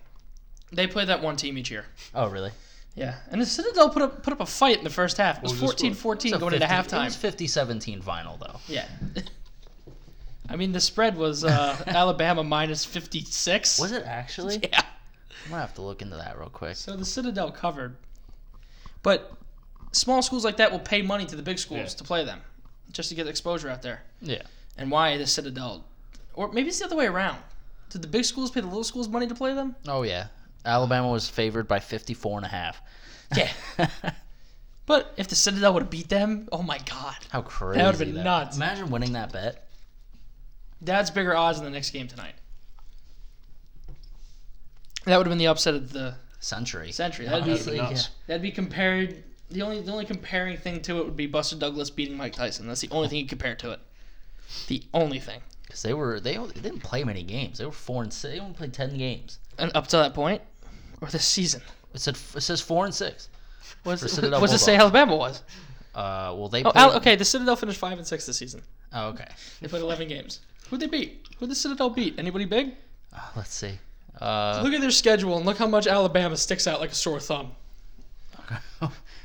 S1: they play that one team each year.
S2: Oh, really?
S1: Yeah, and the Citadel put up put up a fight in the first half. It was
S3: What was the score?
S1: 14-14
S2: It's a
S1: going into
S2: 50 It
S1: halftime.
S2: was 50-17 final, though.
S1: Yeah. I mean, the spread was uh, Alabama minus 56.
S2: Was it actually? I'm
S1: Yeah.
S2: going to have to look into that real quick.
S1: So the Citadel covered. But small schools like that will pay money to the big schools
S3: Yeah.
S1: to play them just to get exposure out there.
S2: Yeah.
S1: And why the Citadel? Or maybe it's the other way around. Did the big schools pay the little schools money to play them?
S2: Oh, yeah. Alabama was favored by 54 and a half.
S1: Yeah. but if the Citadel would have beat them, oh my God.
S2: How crazy.
S1: That would've been nuts.
S2: Imagine winning that bet.
S1: That's bigger odds in the next game tonight. That would have been the upset of the
S2: Century.
S1: century.
S2: That
S1: That'd
S2: would've
S1: be
S2: been
S3: Honestly,
S2: nuts.
S3: yeah.
S1: That'd be compared. The only the only comparing thing to it would be Buster Douglas beating Mike Tyson. That's the only thing you compare to it. The only thing.
S2: Because they were they, only- they didn't play many games. They were four and six. They only played ten games.
S1: And up to that point, or this season,
S2: It said it says four and six.
S1: was
S2: For Citadel
S1: was it say Alabama was?
S2: Uh, well they.
S1: Oh,
S2: played-
S1: Al- okay. The Citadel finished five and six this season.
S2: Oh, okay.
S1: They played 11 games. Who'd they beat? Who'd the Citadel beat? Anybody big?
S2: Uh, let's see. Uh,
S1: Look at their schedule and look how much Alabama sticks out like a sore thumb.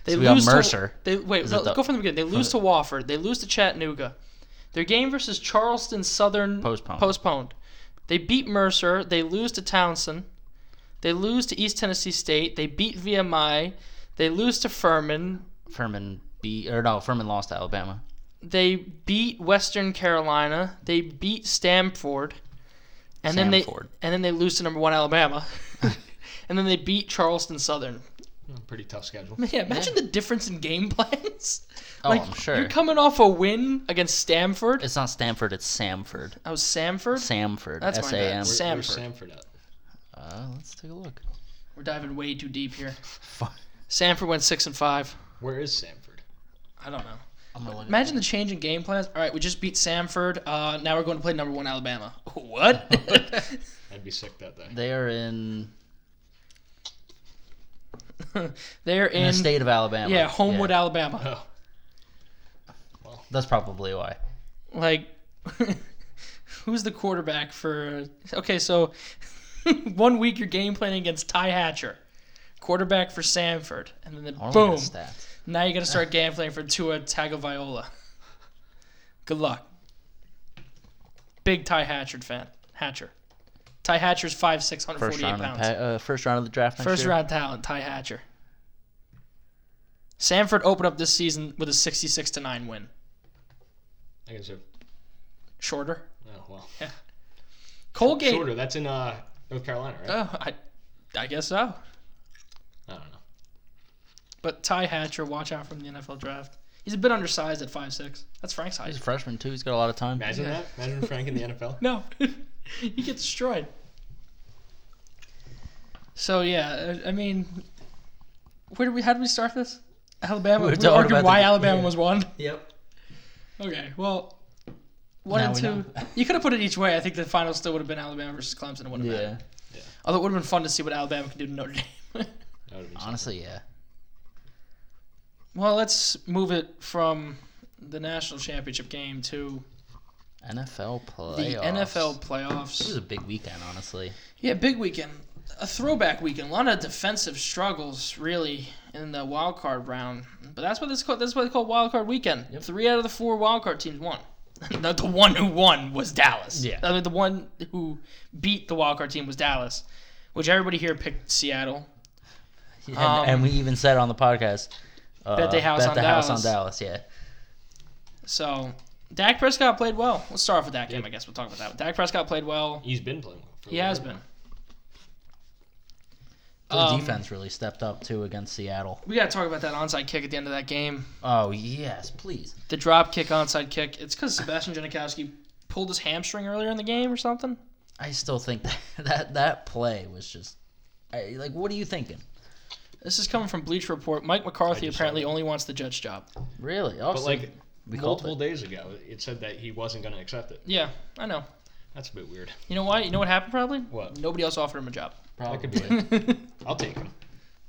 S2: they so we got
S1: lose to-
S2: Mercer.
S1: they wait.
S2: Is
S1: No,
S2: it the-
S1: go from the beginning. They lose to Wofford. They lose to Chattanooga. Their game versus Charleston Southern
S2: Postponed.
S1: postponed. They beat Mercer. They lose to Townsend. They lose to East Tennessee State. They beat VMI. They lose to Furman.
S2: Furman beat or no, Furman lost to Alabama.
S1: They beat Western Carolina. They beat Stamford. And then they
S2: Samford.
S1: and then they lose to number one Alabama. and then they beat Charleston Southern.
S3: Pretty tough schedule.
S1: Yeah, imagine the difference in game plans.
S2: Oh, I'm sure.
S1: You're coming off a win against Stanford.
S2: It's not Stanford. It's Samford.
S1: Oh, Samford.
S2: Samford.
S1: That's my
S2: S A M.
S1: bad.
S3: Where- Where's
S1: Samford.
S3: Samford at?
S2: Uh, let's take a look.
S1: We're diving way too deep here. Samford went six and five.
S3: Where is Samford?
S1: I don't know.
S2: I'm gonna look.
S1: Imagine the change in game plans. All right, we just beat Samford. Uh, now we're going to play number one Alabama. What?
S3: I'd be sick that day.
S2: They are in,
S1: They're
S2: in the
S1: in,
S2: state of Alabama.
S1: yeah Homewood, Alabama.
S3: Oh,
S2: That's probably why.
S1: Like, who's the quarterback for? Okay, so one week you're game planning against Ty Hatcher, quarterback for Samford, and then the,
S2: I wanna
S1: boom.
S2: look at Stats.
S1: Now you got to start gambling for Tua Tagovailoa. Good luck. Big Ty Hatchard fan. Hatcher. Ty Hatcher's 5'6",
S2: First
S1: 148
S2: round, of the,
S1: pounds.
S2: pa- uh, first round of the draft. Next
S1: First
S2: year.
S1: round talent, Ty Hatcher. Sanford opened up this season with a 66 to 9 win.
S3: I guess so.
S1: Shorter.
S3: Oh well.
S1: Colgate.
S3: Shorter. That's in uh, North Carolina, right?
S1: Oh, I, I guess so.
S3: I don't know.
S1: But Ty Hatcher, watch out from the NFL draft. He's a bit undersized at 5'6. That's Frank's height.
S2: He's a freshman too. He's got a lot of time.
S3: Imagine
S1: Yeah.
S3: that. Imagine Frank in the NFL.
S1: No, he gets destroyed. So yeah, I I mean, where did we? How did we start this? Alabama.
S2: We were
S1: We,
S2: talking
S1: argued
S2: about
S1: why
S2: the-
S1: Alabama was one.
S3: Yep.
S1: Okay, well, one
S2: Now
S1: and
S2: we
S1: two.
S2: know.
S1: You could have put it each way. I think the final still would have been Alabama versus Clemson. It would have
S2: Yeah.
S1: mattered. Although it would have been fun to see what Alabama could do to Notre Dame.
S3: That would be
S2: Honestly, yeah.
S1: well, let's move it from the national championship game to
S2: NFL playoffs.
S1: the NFL
S2: It was
S1: playoffs.
S2: a big weekend, honestly.
S1: Yeah, big weekend. A throwback weekend. A lot of defensive struggles, really, in the wild card round. But that's what it's called. That's what they call wild card weekend. Three out of the four wild card teams won. Not the one who won was Dallas.
S2: Yeah.
S1: I mean, the one who beat the wild card team was Dallas, which everybody here picked Seattle.
S2: And,
S1: Um,
S2: and we even said on the podcast, uh,
S1: Bet the house
S2: bet
S1: on
S2: the
S1: Dallas.
S2: house on Dallas. Yeah.
S1: So Dak Prescott played well. Let's start off with that game. I guess we'll talk about that. Dak Prescott played well.
S3: He's been playing well. For a
S1: He
S3: little
S1: has
S3: bit.
S1: been.
S2: The
S1: Um,
S2: defense really stepped up too against Seattle.
S1: We gotta talk about that onside kick at the end of that game.
S2: Oh yes, please.
S1: the drop kick onside kick. It's because Sebastian Janikowski pulled his hamstring earlier in the game or something.
S2: I still think that that, that play was just I, like, what are you thinking?
S1: This is coming from Bleach Report. Mike McCarthy
S3: I just
S1: apparently only wants the judge job.
S2: Really? Oh,
S3: But
S2: so
S3: like
S2: we called
S3: multiple days ago, it said that he wasn't going to accept it.
S1: Yeah, I know.
S3: That's a bit weird.
S1: You know why? You know what happened probably?
S3: What?
S1: Nobody else offered him a job.
S3: That could be it.
S1: yeah,
S3: I'll take him.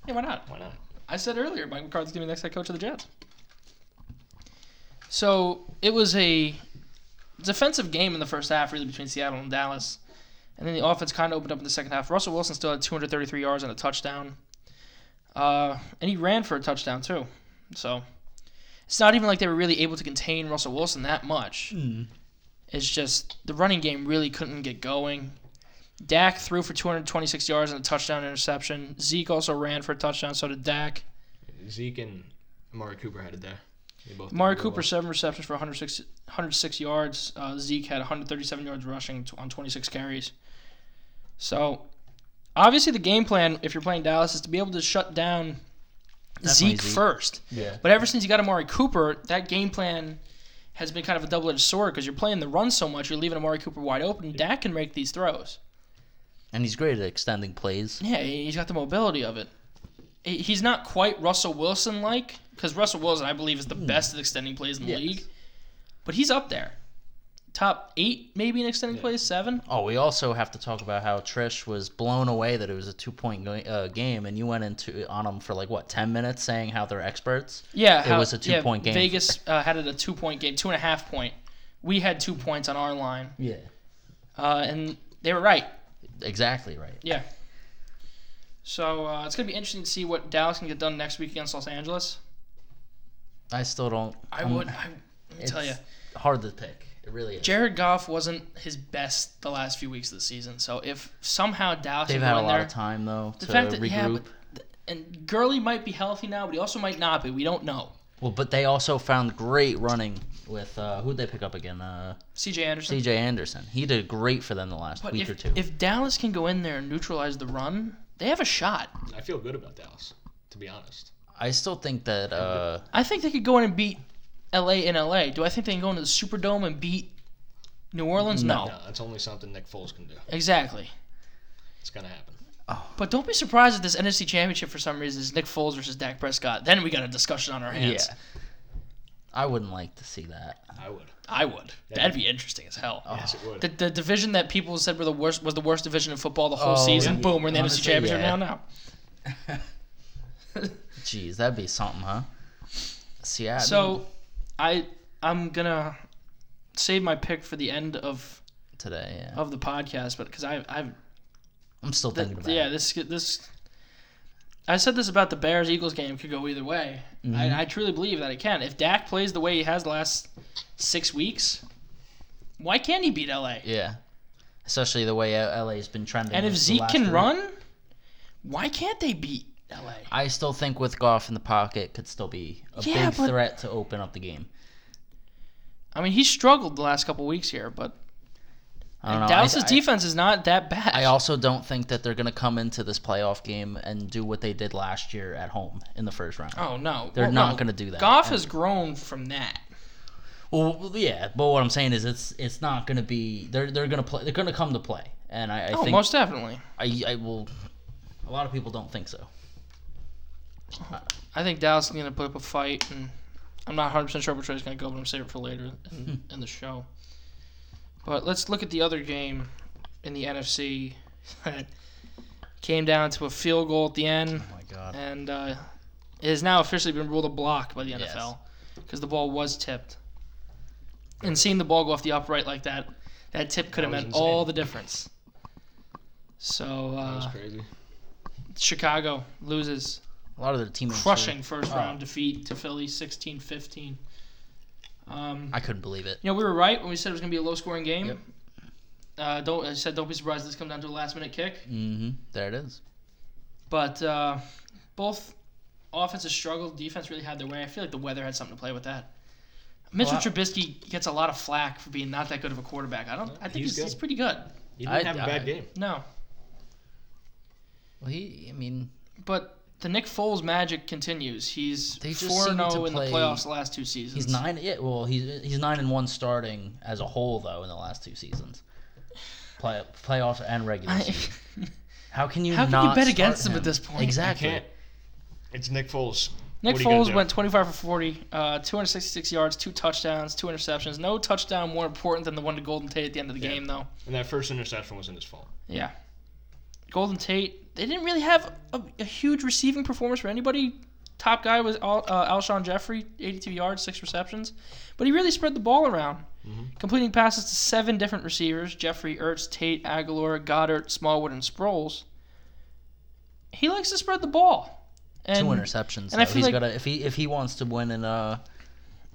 S1: why not?
S3: Why not?
S1: I said earlier, Mike McCarthy's gonna be the next head coach of the Jets. So it was a defensive game in the first half, really between Seattle and Dallas, and then the offense kind of opened up in the second half. Russell Wilson still had 233 yards and a touchdown, uh, and he ran for a touchdown too. So it's not even like they were really able to contain Russell Wilson that much. It's just the running game really couldn't get going. Dak threw for 226 yards and a touchdown interception. Zeke also ran for a touchdown, so did Dak.
S3: Zeke and Amari Cooper had it there. They both did
S1: Amari
S3: really
S1: Cooper,
S3: well.
S1: seven receptions for 106, 106 yards. Uh, Zeke had 137 yards rushing t- on 26 carries. So, obviously, the game plan, if you're playing Dallas, is to be able to shut down Zeke,
S2: Zeke.
S1: first.
S2: Yeah.
S1: But ever since you got Amari Cooper, that game plan has been kind of a double edged sword because you're playing the run so much, you're leaving Amari Cooper wide open. Dak can make these throws.
S2: and he's great at extending plays.
S1: Yeah, he- he's got the mobility of it. He- He's not quite Russell Wilson like because Russell Wilson, I believe, is the best at extending plays in the
S2: Hmm. Yes.
S1: league, but he's up there, top eight maybe in extending plays, seven.
S2: Oh, we also have to talk about how Trish was blown away that it was a two-point go- uh, game, and you went into on them for like what ten minutes saying how they're experts.
S1: Yeah,
S2: It was a two-point game.
S1: Vegas uh, had it a two point game, two and a half point we had two points on our line,
S2: Yeah.
S1: uh, and they were right.
S2: Exactly right.
S1: Yeah. So uh, it's gonna be interesting to see what Dallas can get done next week against Los Angeles.
S2: I still don't.
S1: I
S2: I'm-
S1: would. I, let me
S2: Um, It's
S1: tell you,
S2: hard to pick. It really is.
S1: Jared Goff wasn't his best the last few weeks of the season. So if somehow Dallas
S2: They've
S1: can
S2: had
S1: go
S2: a
S1: in
S2: lot
S1: there,
S2: of time though
S1: the
S2: to
S1: fact that
S2: regroup.
S1: yeah, but, th- and Gurley might be healthy now, but he also might not be. We don't know.
S2: well, but they also found great running with uh, who'd they pick up again? Uh,
S1: C.J. Anderson.
S2: C.J. Anderson. He did great for them the last
S1: but
S2: week
S1: if,
S2: or two.
S1: if Dallas can go in there and neutralize the run, they have a shot.
S3: I feel good about Dallas, to be honest.
S2: I still think that uh,
S1: I think they could go in and beat L.A. in L.A. Do I think they can go into the Superdome and beat New Orleans? No.
S3: No, that's only something Nick Foles can do.
S1: Exactly.
S3: It's gonna happen.
S1: But don't be surprised if this NFC Championship for some reason is Nick Foles versus Dak Prescott. Then we got a discussion on our hands.
S2: yeah, I wouldn't like to see that.
S3: I would.
S1: I would. That'd be interesting as hell.
S2: Oh,
S3: Yes, it would.
S1: The, the division that people said were the worst was the worst division in football the whole
S2: Oh,
S1: season.
S2: yeah.
S1: Boom, we're in the
S2: Honestly,
S1: NFC Championship
S2: yeah.
S1: now. Now,
S2: Jeez, that'd be something, huh? Seattle.
S1: so I I'm gonna save my pick for the end of
S2: today, yeah.
S1: of the podcast, but because I I've
S2: I'm still thinking about
S1: yeah
S2: it.
S1: this this. I said this about the Bears Eagles game could go either way.
S2: Mm-hmm.
S1: I, I truly believe that it can. If Dak plays the way he has the last six weeks, why can't he beat LA?
S2: Yeah, especially the way LA's been trending.
S1: And if
S2: the
S1: Zeke
S2: last
S1: can
S2: week.
S1: run, why can't they beat LA?
S2: I still think with Goff in the pocket could still be a
S1: Yeah,
S2: big
S1: but-
S2: threat to open up the game.
S1: I mean, he struggled the last couple weeks here, but
S2: I don't know.
S1: Dallas's
S2: I, I-
S1: defense is not that bad.
S2: I also don't think that they're going to come into this playoff game and do what they did last year at home in the first round.
S1: oh no,
S2: They're
S1: Well,
S2: not
S1: no.
S2: going to do that.
S1: Goff has grown from that.
S2: Well, yeah, but what I'm saying is it's it's not going to be they're they're going to play they're going to come to play, and I, I
S1: Oh,
S2: think
S1: most definitely.
S2: I I will. A lot of people don't think so. Oh
S1: I think Dallas is going to put up a fight, and I'm not 100 percent sure which way it's going to go, but I'm saving it for later in,
S2: Hmm.
S1: in the show. But let's look at the other game in the NFC. that Came down to a field goal at the end,
S2: Oh my god.
S1: and uh, it has now officially been ruled a block by the
S2: Yes.
S1: NFL because the ball was tipped. And seeing the ball go off the upright like that, that tip could have
S3: That was
S1: meant all
S3: insane.
S1: the difference. So
S3: That was
S1: uh,
S3: crazy.
S1: Chicago loses
S2: A lot of their teammates
S1: crushing first
S2: Oh.
S1: round defeat to Philly 16-15. Um,
S2: I couldn't believe it.
S1: you know, we were right when we said it was going to be a low scoring game.
S2: Yep.
S1: Uh, don't I said don't be surprised if this comes down to a last minute kick,
S2: Mm-hmm. There it is.
S1: but uh, both offenses struggled, defense really had their way. I feel like the weather had something to play with that. Mitchell
S2: Well, I-
S1: Trubisky gets a lot of flack for being not that good of a quarterback. I don't. I think
S3: he's
S1: he's, he's
S3: good.
S1: pretty good.
S3: He
S2: I-
S3: didn't have a
S2: I-
S3: bad game.
S1: No,
S2: Well, he. I mean,
S1: but the Nick Foles magic continues. He's
S2: They just
S1: four
S2: seem to
S1: zero in the
S2: play-
S1: playoffs the last two seasons.
S2: he's nine. Yeah. Well, he's he's nine and one starting as a whole though in the last two seasons, play playoffs and regular.
S1: I-
S2: season. How can you?
S1: How can you
S2: not
S1: bet
S2: start
S1: against him
S2: him
S1: at this point?
S2: Exactly.
S3: Can't. It's Nick Foles.
S1: Nick
S3: What are you gonna
S1: Foles
S3: do?
S1: went 25 for 40, uh, 266 yards, two touchdowns, two interceptions. No touchdown more important than the one to Golden Tate at the end of the
S3: Yeah.
S1: game, though.
S3: And that first interception wasn't his fault.
S1: Yeah. Golden Tate, they didn't really have a, a huge receiving performance for anybody. Top guy was Al, uh, Alshon Jeffrey, 82 yards, six receptions. But he really spread the ball around, completing passes to seven different receivers Jeffrey, Ertz, Tate, Aguilar, Goddard, Smallwood, and Sproles. He likes to spread the ball. And,
S2: Two interceptions.
S1: and I
S2: though.
S1: feel
S2: He's
S1: like-
S2: gotta if he if he wants to win in uh.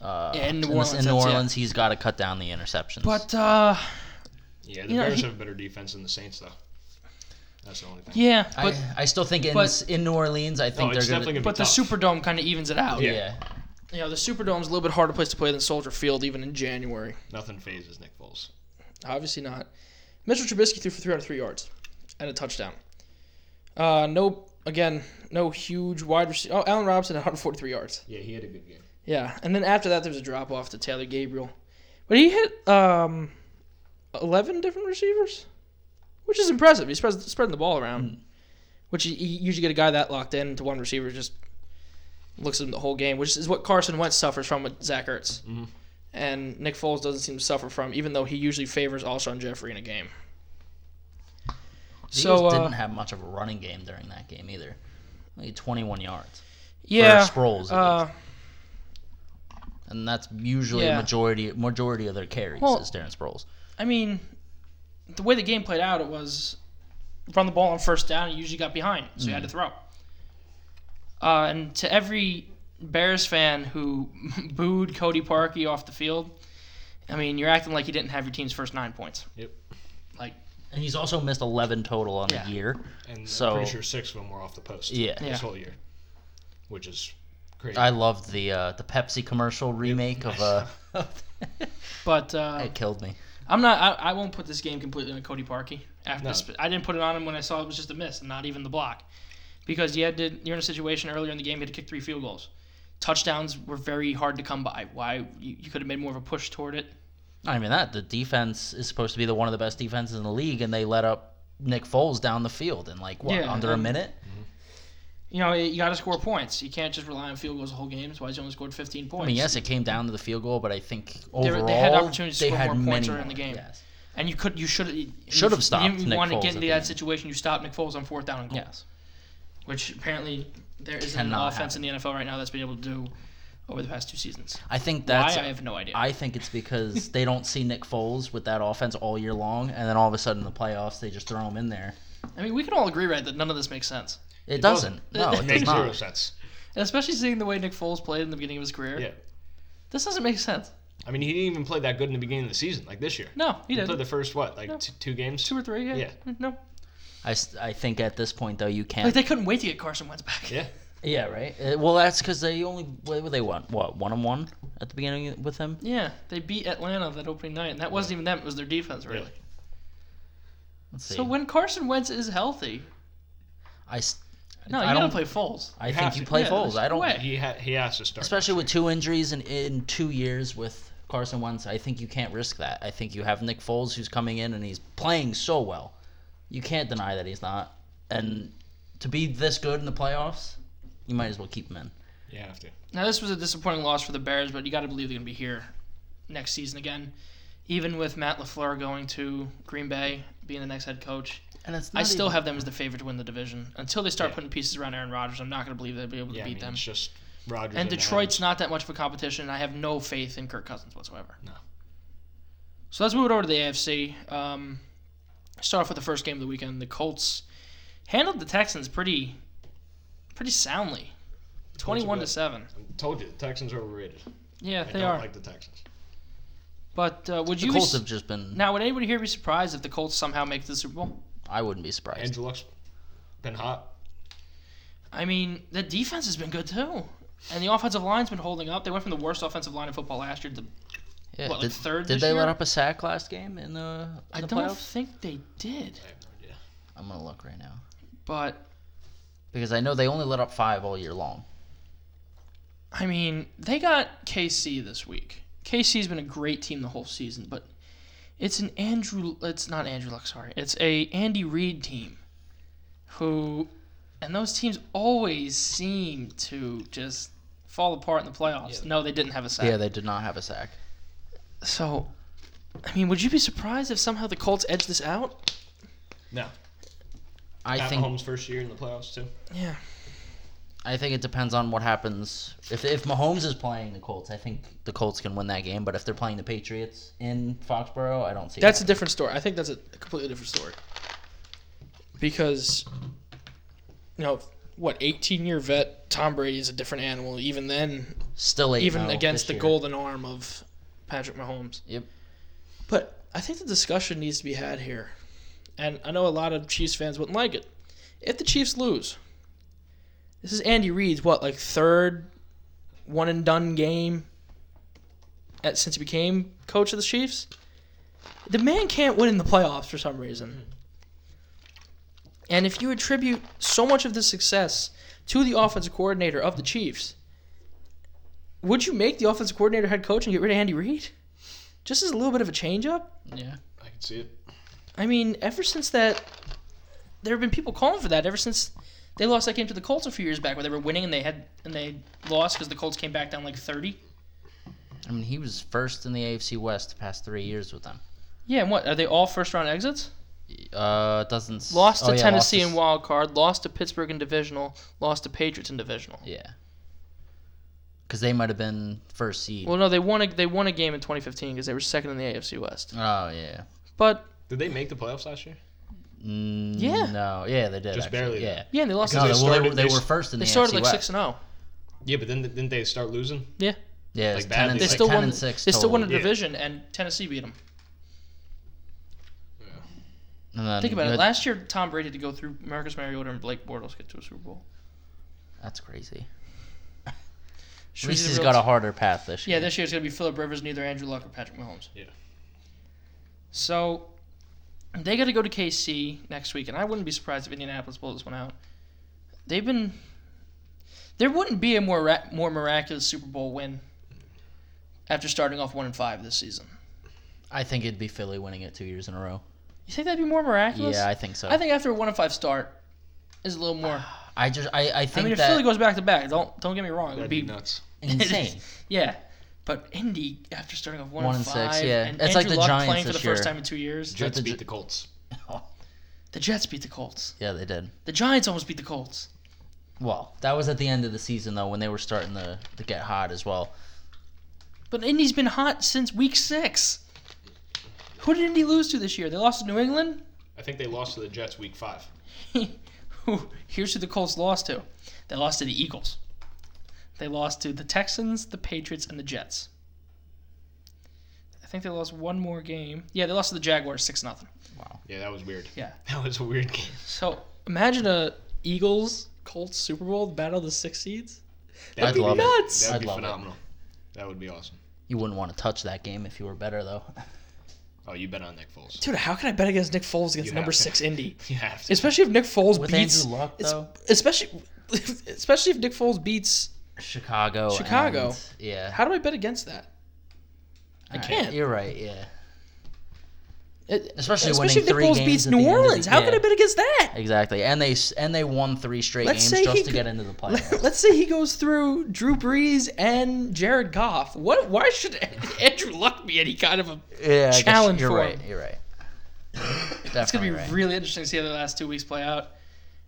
S2: Uh,
S1: Yeah, in New
S2: this-
S1: Orleans,
S2: in New
S1: that's- yeah.
S2: Orleans, he's got to cut down the interceptions.
S1: But, uh,
S3: Yeah, the
S1: You know,
S3: Bears
S1: he-
S3: have a better defense than the Saints, though. That's the only thing.
S1: yeah. But
S2: I, I still think in,
S1: but-
S2: s- in New Orleans, I
S3: No,
S2: think
S3: it's
S2: they're gonna.
S3: definitely gonna,
S1: But the
S3: be tough.
S1: Superdome kind of evens it out.
S3: Yeah.
S2: yeah,
S1: You know, the Superdome's a little bit harder place to play than Soldier Field, even in January.
S3: Nothing phases Nick Foles.
S1: Obviously not. Mitchell Trubisky threw for 303 yards and a touchdown. Uh, no, again, no huge wide receiver. Oh, Allen Robinson, 143 yards.
S3: Yeah, he had a good game.
S1: Yeah, and then after that, there was a drop off to Taylor Gabriel, but he hit um, 11 different receivers, which is impressive. He's spread, spreading the ball around, which you, you usually get a guy that locked in to one receiver just looks at him the whole game, which is what Carson Wentz suffers from with Zach Ertz, and Nick Foles doesn't seem to suffer from, even though he usually favors Alshon Jeffrey in a game.
S2: The
S1: So
S2: Eagles
S1: uh,
S2: didn't have much of a running game during that game either. Only 21 yards.
S1: yeah,
S2: Sproles, at
S1: Uh,
S2: and that's usually
S1: Yeah.
S2: a majority majority of their carries
S1: Well-
S2: is Darren Sproles.
S1: I mean, the way the game played out, it was run the ball on first down. You usually got behind, so you had to throw. Uh, and to every Bears fan who booed Cody Parkey off the field, I mean, you're acting like you didn't have your team's first nine points.
S3: Yep.
S1: Like,
S2: And he's also missed 11 total on
S1: Yeah.
S2: the year.
S3: And
S2: So-
S3: I'm pretty sure six of them were off the post.
S2: Yeah.
S1: Yeah.
S3: This whole year, which is crazy.
S2: I loved the uh, the Pepsi commercial remake of uh
S1: but uh,
S2: it killed me.
S1: I'm not. I, I won't put this game completely on Cody Parkey. After
S3: No.
S1: this, I didn't put it on him when I saw it was just a miss and not even the block, because you had to. You're in a situation earlier in the game. You had to kick three field goals. Touchdowns were very hard to come by. Why you, you could have made more of a push toward it.
S2: Not even that. The defense is supposed to be the one of the best defenses in the league and they let up Nick Foles down the field in like what,
S1: Yeah, um,
S2: under a
S1: and-
S2: minute?
S1: You know, you got to score points. You can't just rely on field goals the whole game. That's why you only scored 15 points.
S2: I mean, yes, it came down to the field goal, but I think
S1: They
S2: overall
S1: were- they
S2: they
S1: had
S2: had
S1: opportunities to score more points
S2: many
S1: early in the
S2: more,
S1: game.
S2: Yes.
S1: And you could. You should. you-
S2: Should have stopped
S1: You didn't
S2: Nick
S1: want
S2: Foles
S1: to
S2: at
S1: get into
S2: the
S1: that
S2: end.
S1: situation. You stopped Nick Foles on fourth down and goal.
S2: Yes.
S1: Which apparently there isn't an
S2: Cannot
S1: offense in the NFL right now that's been able to do over the past two seasons.
S2: I think that's
S1: why I have no idea.
S2: I think it's because they don't see Nick Foles with that offense all year long, and then all of a sudden in the playoffs they just throw him in there.
S1: I mean, we can all agree, right, that none of this makes sense.
S2: It, doesn't.
S3: doesn't.
S2: No, it does
S3: makes zero
S2: not.
S3: sense.
S1: And especially seeing the way Nick Foles played in the beginning of his career.
S3: Yeah.
S1: This doesn't make sense.
S3: I mean, he didn't even play that good in the beginning of the season, like this year.
S1: No, he
S3: He played
S1: didn't.
S3: the first what, like
S1: No.
S3: t- two games?
S1: Two or three, yeah. Mm,
S3: Yeah.
S1: No.
S2: I, s- I think at this point though you can't.
S1: Like, they couldn't wait to get Carson Wentz back.
S3: Yeah.
S2: yeah, right. Uh, well, that's because they only what would they want what one on one at the beginning with him.
S1: Yeah, they beat Atlanta that opening night, and that wasn't even them, it was their defense, really.
S3: Really.
S2: Let's see.
S1: So when Carson Wentz is healthy,
S2: I s-
S1: no, you
S2: I
S1: gotta
S2: don't.
S1: play Foles.
S2: I
S3: You
S2: think
S3: have
S2: you
S3: to.
S2: play
S1: Yeah,
S2: Foles.
S1: there's
S2: I
S1: no
S2: don't.
S1: way.
S3: He ha- he has to start.
S2: Especially with two injuries in, in two years with Carson Wentz, I think you can't risk that. I think you have Nick Foles who's coming in and he's playing so well. You can't deny that he's not. And to be this good in the playoffs, you might as well keep him in.
S3: You have to.
S1: Now, this was a disappointing loss for the Bears, but you gotta believe they're gonna be here next season again. Even with Matt LaFleur going to Green Bay, being the next head coach,
S2: And it's
S1: I still have them as the favorite to win the division. Until they start
S3: Yeah.
S1: putting pieces around Aaron Rodgers, I'm not going to believe they'll be able to
S3: Yeah. I
S1: beat
S3: mean,
S1: them.
S3: It's just Rodgers.
S1: And Detroit's
S3: Mahomes.
S1: not that much of a competition. and I have no faith in Kirk Cousins whatsoever.
S3: No.
S1: So let's move it over to the AFC. Um, start off with the first game of the weekend. The Colts handled the Texans pretty, pretty soundly, twenty-one to
S3: good.
S1: seven.
S3: Told you the Texans are overrated.
S1: Yeah,
S3: I
S1: they
S3: don't
S1: are.
S3: like the Texans.
S1: but uh, would
S2: The
S1: you? be
S2: Colts
S1: s-
S2: have just been.
S1: now, would anybody here be surprised if the Colts somehow make the Super Bowl?
S2: I wouldn't be surprised.
S3: Andrew Luck's been hot.
S1: I mean, the defense has been good too, and the offensive line's been holding up. They went from the worst offensive line in football last year to the
S2: Yeah,
S1: what, like
S2: did
S1: third
S2: did
S1: this
S2: they let
S1: year?
S2: up a sack last game in the, in
S1: I
S2: the
S1: don't
S2: playoffs?
S1: think they did,
S3: I have no idea.
S2: I'm going to look right now.
S1: but
S2: Because I know they only let up five all year long.
S1: I mean, they got KC this week. KC's been a great team the whole season, but it's an Andrew. It's not Andrew Luck. Sorry, it's a Andy Reid team, who, and those teams always seem to just fall apart in the playoffs.
S3: Yeah.
S1: No, they didn't have a sack.
S2: Yeah, they did not have a sack.
S1: So, I mean, would you be surprised if somehow the Colts edge this out?
S3: No.
S2: I
S3: Pat
S2: think
S3: Mahomes' first year in the playoffs too.
S1: Yeah.
S2: I think it depends on what happens. If if Mahomes is playing the Colts, I think the Colts can win that game. But if they're playing the Patriots in Foxborough, I don't see.
S1: That's a
S2: it.
S1: different story. I think that's a completely different story. Because, you know, what, 18 year vet Tom Brady is a different animal even then,
S2: still eight. oh
S1: even against the golden arm of Patrick Mahomes.
S2: Yep.
S1: But I think the discussion needs to be had here. And I know a lot of Chiefs fans wouldn't like it. If the Chiefs lose, this is Andy Reid's, what, like third one and done game at, since he became coach of the Chiefs? The man can't win in the playoffs for some reason. And if you attribute so much of this success to the offensive coordinator of the Chiefs, would you make the offensive coordinator head coach and get rid of Andy Reid? Just as a little bit of a change up?
S2: Yeah.
S3: I can see it.
S1: I mean, ever since that, there have been people calling for that ever since they lost that game to the Colts a few years back where they were winning and they had and they lost because the Colts came back down like 30.
S2: I mean, he was first in the AFC West the past three years with them.
S1: Yeah, and what? Are they all first round exits?
S2: Uh, it doesn't s-
S1: Lost to
S2: oh, yeah,
S1: Tennessee
S2: lost
S1: in wild card, lost to Pittsburgh in divisional, lost to Patriots in divisional.
S2: Yeah. because they might have been first seed.
S1: Well, no, they won a they won a game in 2015 because they were second in the AFC West.
S2: oh yeah,
S1: But
S3: Did they make the playoffs last year?
S2: Mm,
S1: Yeah.
S2: No, yeah, they did.
S3: Just
S2: actually,
S3: barely,
S2: Yeah.
S1: yeah, and they lost.
S2: No, they,
S3: they
S2: well, they, were,
S3: started-
S2: they
S3: they
S2: were
S3: s-
S2: first in
S1: they
S2: the
S1: started
S2: AFC
S1: like
S2: West.
S1: six and oh. zero.
S3: Yeah, but then didn't they start losing?
S1: Yeah,
S2: Yeah, it's
S3: like
S2: ten and,
S3: badly.
S1: they
S2: it's
S1: still
S2: 10
S1: won.
S2: and six.
S1: they still won a
S2: total.
S3: Yeah.
S1: division, and Tennessee beat them.
S2: And then
S1: Think
S2: you
S1: about it.
S2: had-
S1: Last year, Tom Brady had to go through Marcus Mariota and Blake Bortles to get to a Super Bowl.
S2: That's crazy. At
S1: Should we
S2: least
S1: do the
S2: he's
S1: real
S2: got a
S1: t-
S2: harder path this year.
S1: Yeah, this year it's gonna be Philip Rivers, neither Andrew Luck or Patrick Mahomes.
S3: Yeah.
S1: So they got to go to KC next week, and I wouldn't be surprised if Indianapolis pulls this one out. They've been. There wouldn't be a more ra- more miraculous Super Bowl win after starting off one and five this season.
S2: I think it'd be Philly winning it two years in a row.
S1: You think that'd be more miraculous?
S2: Yeah, I think so.
S1: I think after a one and five start is a little more.
S2: I just I, I
S1: I
S2: think
S1: mean, if
S2: that
S1: Philly goes back to back, don't don't get me wrong, it would
S3: That'd
S1: be
S3: be nuts.
S2: insane.
S1: yeah. But Indy, after starting off one,
S2: One
S1: and
S2: and six,
S1: five,
S2: yeah.
S1: and
S2: It's like
S1: Andrew
S2: the
S1: Luck
S2: Giants
S1: playing for the
S2: this
S1: first
S2: year.
S1: time in two years,
S3: Jets
S2: the
S3: beat
S2: J-
S3: the Colts.
S1: the Jets beat the Colts.
S2: yeah, they did.
S1: The Giants almost beat the Colts.
S2: Well, that was at the end of the season though, when they were starting to, to get hot as well.
S1: But Indy's been hot since week six. Who did Indy lose to this year? They lost to New England?
S3: I think they lost to the Jets week five.
S1: Who- Here's who the Colts lost to. They lost to the Eagles. They lost to the Texans, the Patriots, and the Jets. I think they lost one more game. Yeah, they lost to the Jaguars 6 0.
S3: Yeah, that was weird.
S1: Yeah.
S3: That was a weird game.
S1: So imagine a Eagles Colts Super Bowl, the battle of the six seeds.
S2: I'd
S3: That'd be
S2: love it.
S1: nuts.
S3: That'd
S2: I'd
S3: be
S2: love it.
S3: phenomenal. That would be awesome.
S2: You wouldn't want to touch that game if you were better though.
S3: Oh, you bet on Nick Foles.
S1: Dude, how can I bet against Nick Foles against
S3: You
S1: number
S3: have to.
S1: six Indy?
S3: You have to.
S1: Especially if Nick Foles
S2: With
S1: beats
S2: Andrew Luck,
S1: es-
S2: though?
S1: Especially especially if Nick Foles beats
S2: Chicago.
S1: Chicago.
S2: and- yeah.
S1: How do I bet against that? I
S2: Alright,
S1: can't.
S2: You're right. Yeah.
S1: It-
S2: Especially winning
S1: especially if Nick
S2: three
S1: Foles
S2: games
S1: beats
S2: at the
S1: New
S2: end of the-
S1: Orleans. How can I
S2: yeah.
S1: bet against that?
S2: Exactly. And they s- and they won three straight
S1: Let's
S2: games
S1: say
S2: just
S1: he
S2: to
S1: could-
S2: get into the playoffs.
S1: Let's say he goes through Drew Brees and Jared Goff. What? Why should Andrew Luck be any kind of a?
S2: yeah, I guess
S1: challenge
S2: You're
S1: for
S2: right.
S1: him.
S2: You're right.
S1: It's gonna
S2: Definitely
S1: be
S2: right.
S1: really interesting to see how the last two weeks play out.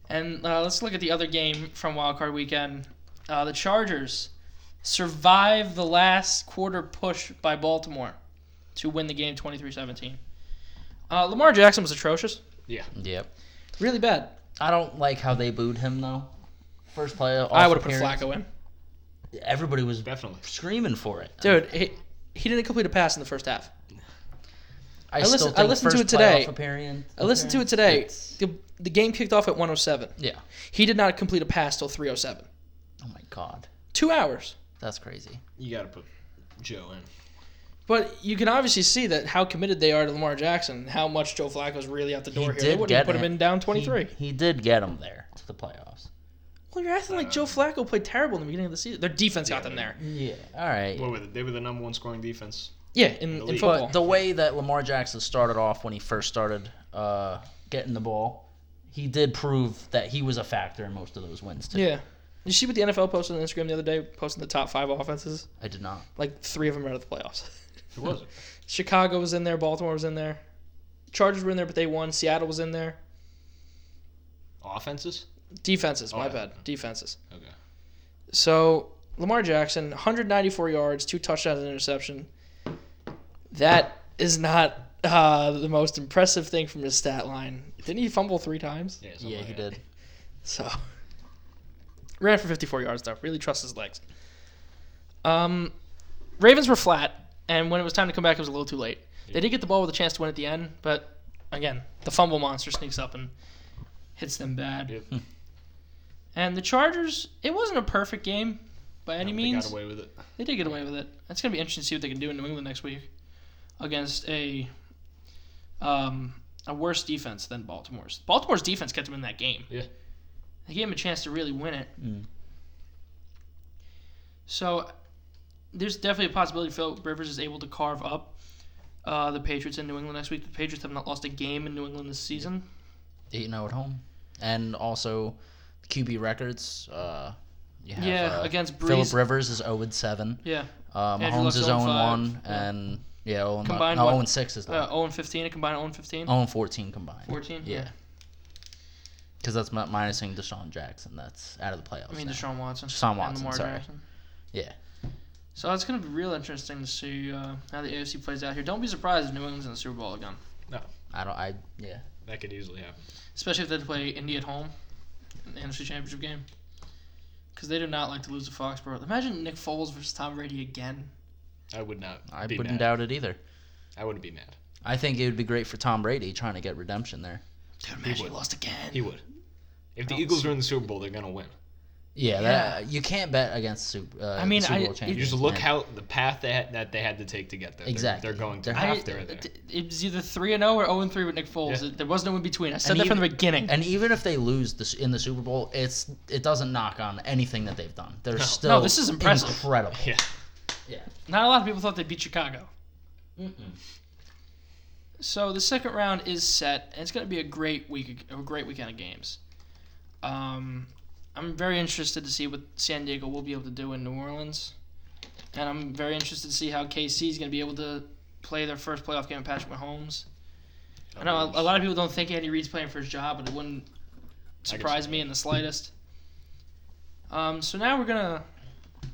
S1: And uh, let's look at the other game from Wild Card Weekend. Uh, the Chargers survive the last quarter push by Baltimore to win the game 23-17. Uh, Lamar Jackson was atrocious,
S3: yeah.
S2: yep.
S1: really bad.
S2: I don't like how they booed him though. First play,
S1: I
S2: off
S1: would have put
S2: appearance,
S1: Flacco in.
S2: Everybody was
S3: Definitely.
S2: screaming for it.
S1: Dude, he, he didn't complete a pass in the first half.
S2: I,
S1: listened-
S2: still
S1: I
S2: think
S1: listened to
S2: first
S1: it today.
S2: playoff Appearance,
S1: I listened to it today. The, the game kicked off at 107.
S2: Yeah.
S1: He did not complete a pass till 307.
S2: Oh my god,
S1: Two hours.
S2: that's crazy.
S3: You got to put Joe in.
S1: But you can obviously see that how committed they are to Lamar Jackson and how much Joe Flacco's really out the door here. They
S2: did
S1: wouldn't
S2: get
S1: put him
S2: it.
S1: in down 23.
S2: He, he did get him there to the playoffs.
S1: well, you're acting like Joe Flacco played terrible in the beginning of the season. Their defense got them there.
S2: Uh, Yeah. All right.
S3: What were they? They were the number one scoring defense.
S1: Yeah, in, in
S3: Elite.
S1: football.
S2: But the way that Lamar Jackson started off when he first started uh, getting the ball, he did prove that he was a factor in most of those wins too.
S1: yeah. You see what the NFL posted on Instagram the other day? Posting the top five offenses.
S2: I did not.
S1: Like three of them are out of the playoffs.
S3: Who was it?
S1: Chicago was in there. Baltimore was in there. Chargers were in there, but they won. Seattle was in there.
S3: Offenses?
S2: Oh,
S1: Defenses, my
S3: yeah.
S1: bad. Defenses.
S3: Okay.
S1: So Lamar Jackson, 194 yards, two touchdowns, and interception. That is not uh, the most impressive thing from his stat line. Didn't he fumble three times?
S3: Yeah, something
S2: Yeah,
S3: like
S2: he
S3: that.
S2: did.
S1: So ran for 54 yards though. Really trust his legs. Um, Ravens were flat, and when it was time to come back, it was a little too late. They did get the ball with a chance to win at the end, but again, the fumble monster sneaks up and hits them bad.
S3: Yep.
S1: And the Chargers, it wasn't a perfect game by any
S3: They
S1: means.
S3: got away with it.
S1: They did get away with it. It's gonna be interesting to see what they can do in New England next week against a um, a worse defense than Baltimore's. Baltimore's defense kept them in that game.
S3: Yeah.
S1: They gave them a chance to really win it.
S2: Mm.
S1: So there's definitely a possibility Philip Rivers is able to carve up uh, the Patriots in New England next week. The Patriots have not lost a game in New England this season.
S2: Eight zero at home, and also QB records. Uh, you have,
S1: Yeah,
S2: uh,
S1: against
S2: Philip
S1: Breeze.
S2: Rivers is zero and seven.
S1: Yeah,
S2: Uh,
S1: Andrew
S2: Mahomes
S1: Luck's
S2: is
S1: 0
S2: zero
S1: and
S2: and
S1: five,
S2: one,
S1: yeah.
S2: and yeah, zero and nine-
S1: Combined
S2: no,
S1: what-
S2: zero and six is
S1: uh,
S2: not.
S1: 0 and 15, a combined 0 and 15.
S2: zero and fourteen combined.
S1: 14?
S2: Oh. Yeah. Because that's mi- minusing Deshaun Jackson. That's out of the playoffs.
S1: I mean
S2: now.
S1: Deshaun Watson.
S2: Deshaun
S1: and
S2: Watson,
S1: Lamar
S2: sorry.
S1: Jackson.
S2: Yeah.
S1: So it's going to be real interesting to see uh, how the AFC plays out here. Don't be surprised if New England's in the Super Bowl again,
S2: I don't. I yeah.
S3: That could easily happen.
S1: especially if they play Indy at home in the NFC Championship game. Because they do not like to lose to Foxborough. Imagine Nick Foles versus Tom Brady again.
S3: I would not.
S2: I
S3: be
S2: wouldn't
S3: mad.
S2: doubt it either.
S3: I wouldn't be mad.
S2: I think it would be great for Tom Brady trying to get redemption there.
S1: Dude, imagine he,
S3: would.
S1: lost again.
S3: He would. If the
S1: don't
S3: Eagles are in the Super Bowl, they're gonna win.
S2: Yeah, That, you can't bet against Super. Uh,
S1: mean,
S2: Super
S1: I-
S2: Bowl
S1: you
S2: champions,
S1: Yeah,
S3: You just look
S2: man.
S3: how the path they had, that they had to take to get there. They're-
S2: Exactly.
S3: They're, going to
S2: They're-
S1: I,
S3: have to. right there.
S1: it, it was either 3 and 0 or 0 and 3 with Nick Foles.
S3: Yeah.
S1: There was no in between. I said
S2: And
S1: that from the
S2: even-
S1: beginning.
S2: And even if they lose this in the Super Bowl, it's it doesn't knock on anything that they've done. They're still
S1: No, this is impressive.
S2: incredible.
S3: Yeah.
S2: Yeah.
S1: Not a lot of people thought they beat Chicago. So the second round is set, and it's going to be a great week, a great weekend of games. Um, I'm very interested to see what San Diego will be able to do in New Orleans, and I'm very interested to see how KC is going to be able to play their first playoff game with Patrick Mahomes. I know a, a lot of people don't think Andy Reid's playing for his job, but it wouldn't surprise me in the slightest. Um, so now we're gonna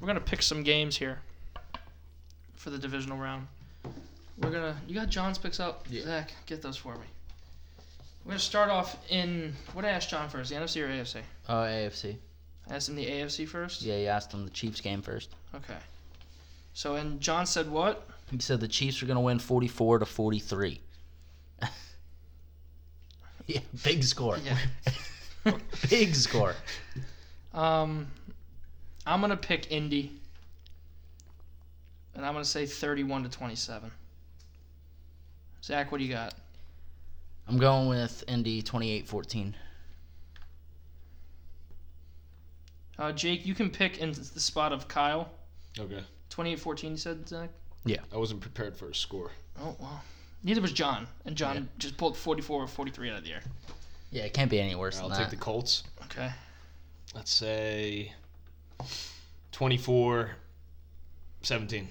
S1: we're gonna pick some games here for the divisional round. We're gonna you got John's picks up.
S2: Yeah.
S1: Zach, get those for me. We're gonna start off in what did I ask John first, the NFC or AFC?
S2: Oh, AFC.
S1: I asked him the AFC first.
S2: Yeah, you asked them the Chiefs game first.
S1: Okay. So and John said what?
S2: He said the Chiefs are going to win 44 to 43. yeah, big score.
S1: Yeah.
S2: big score.
S1: Um, I'm gonna pick Indy, and I'm gonna say 31 to 27. Zach, what do you got?
S2: I'm going with Indy 28-14.
S1: Uh, Jake, you can pick in the spot of Kyle.
S3: Okay.
S1: 28-14, you said, Zach?
S3: I wasn't prepared for a score.
S1: Oh, well. Neither was John, and John just pulled 44 or 43 out of the air.
S2: Yeah, it can't be any worse
S3: I'll
S2: than
S3: take
S2: that.
S3: the Colts.
S1: Okay.
S3: Let's say 24 17.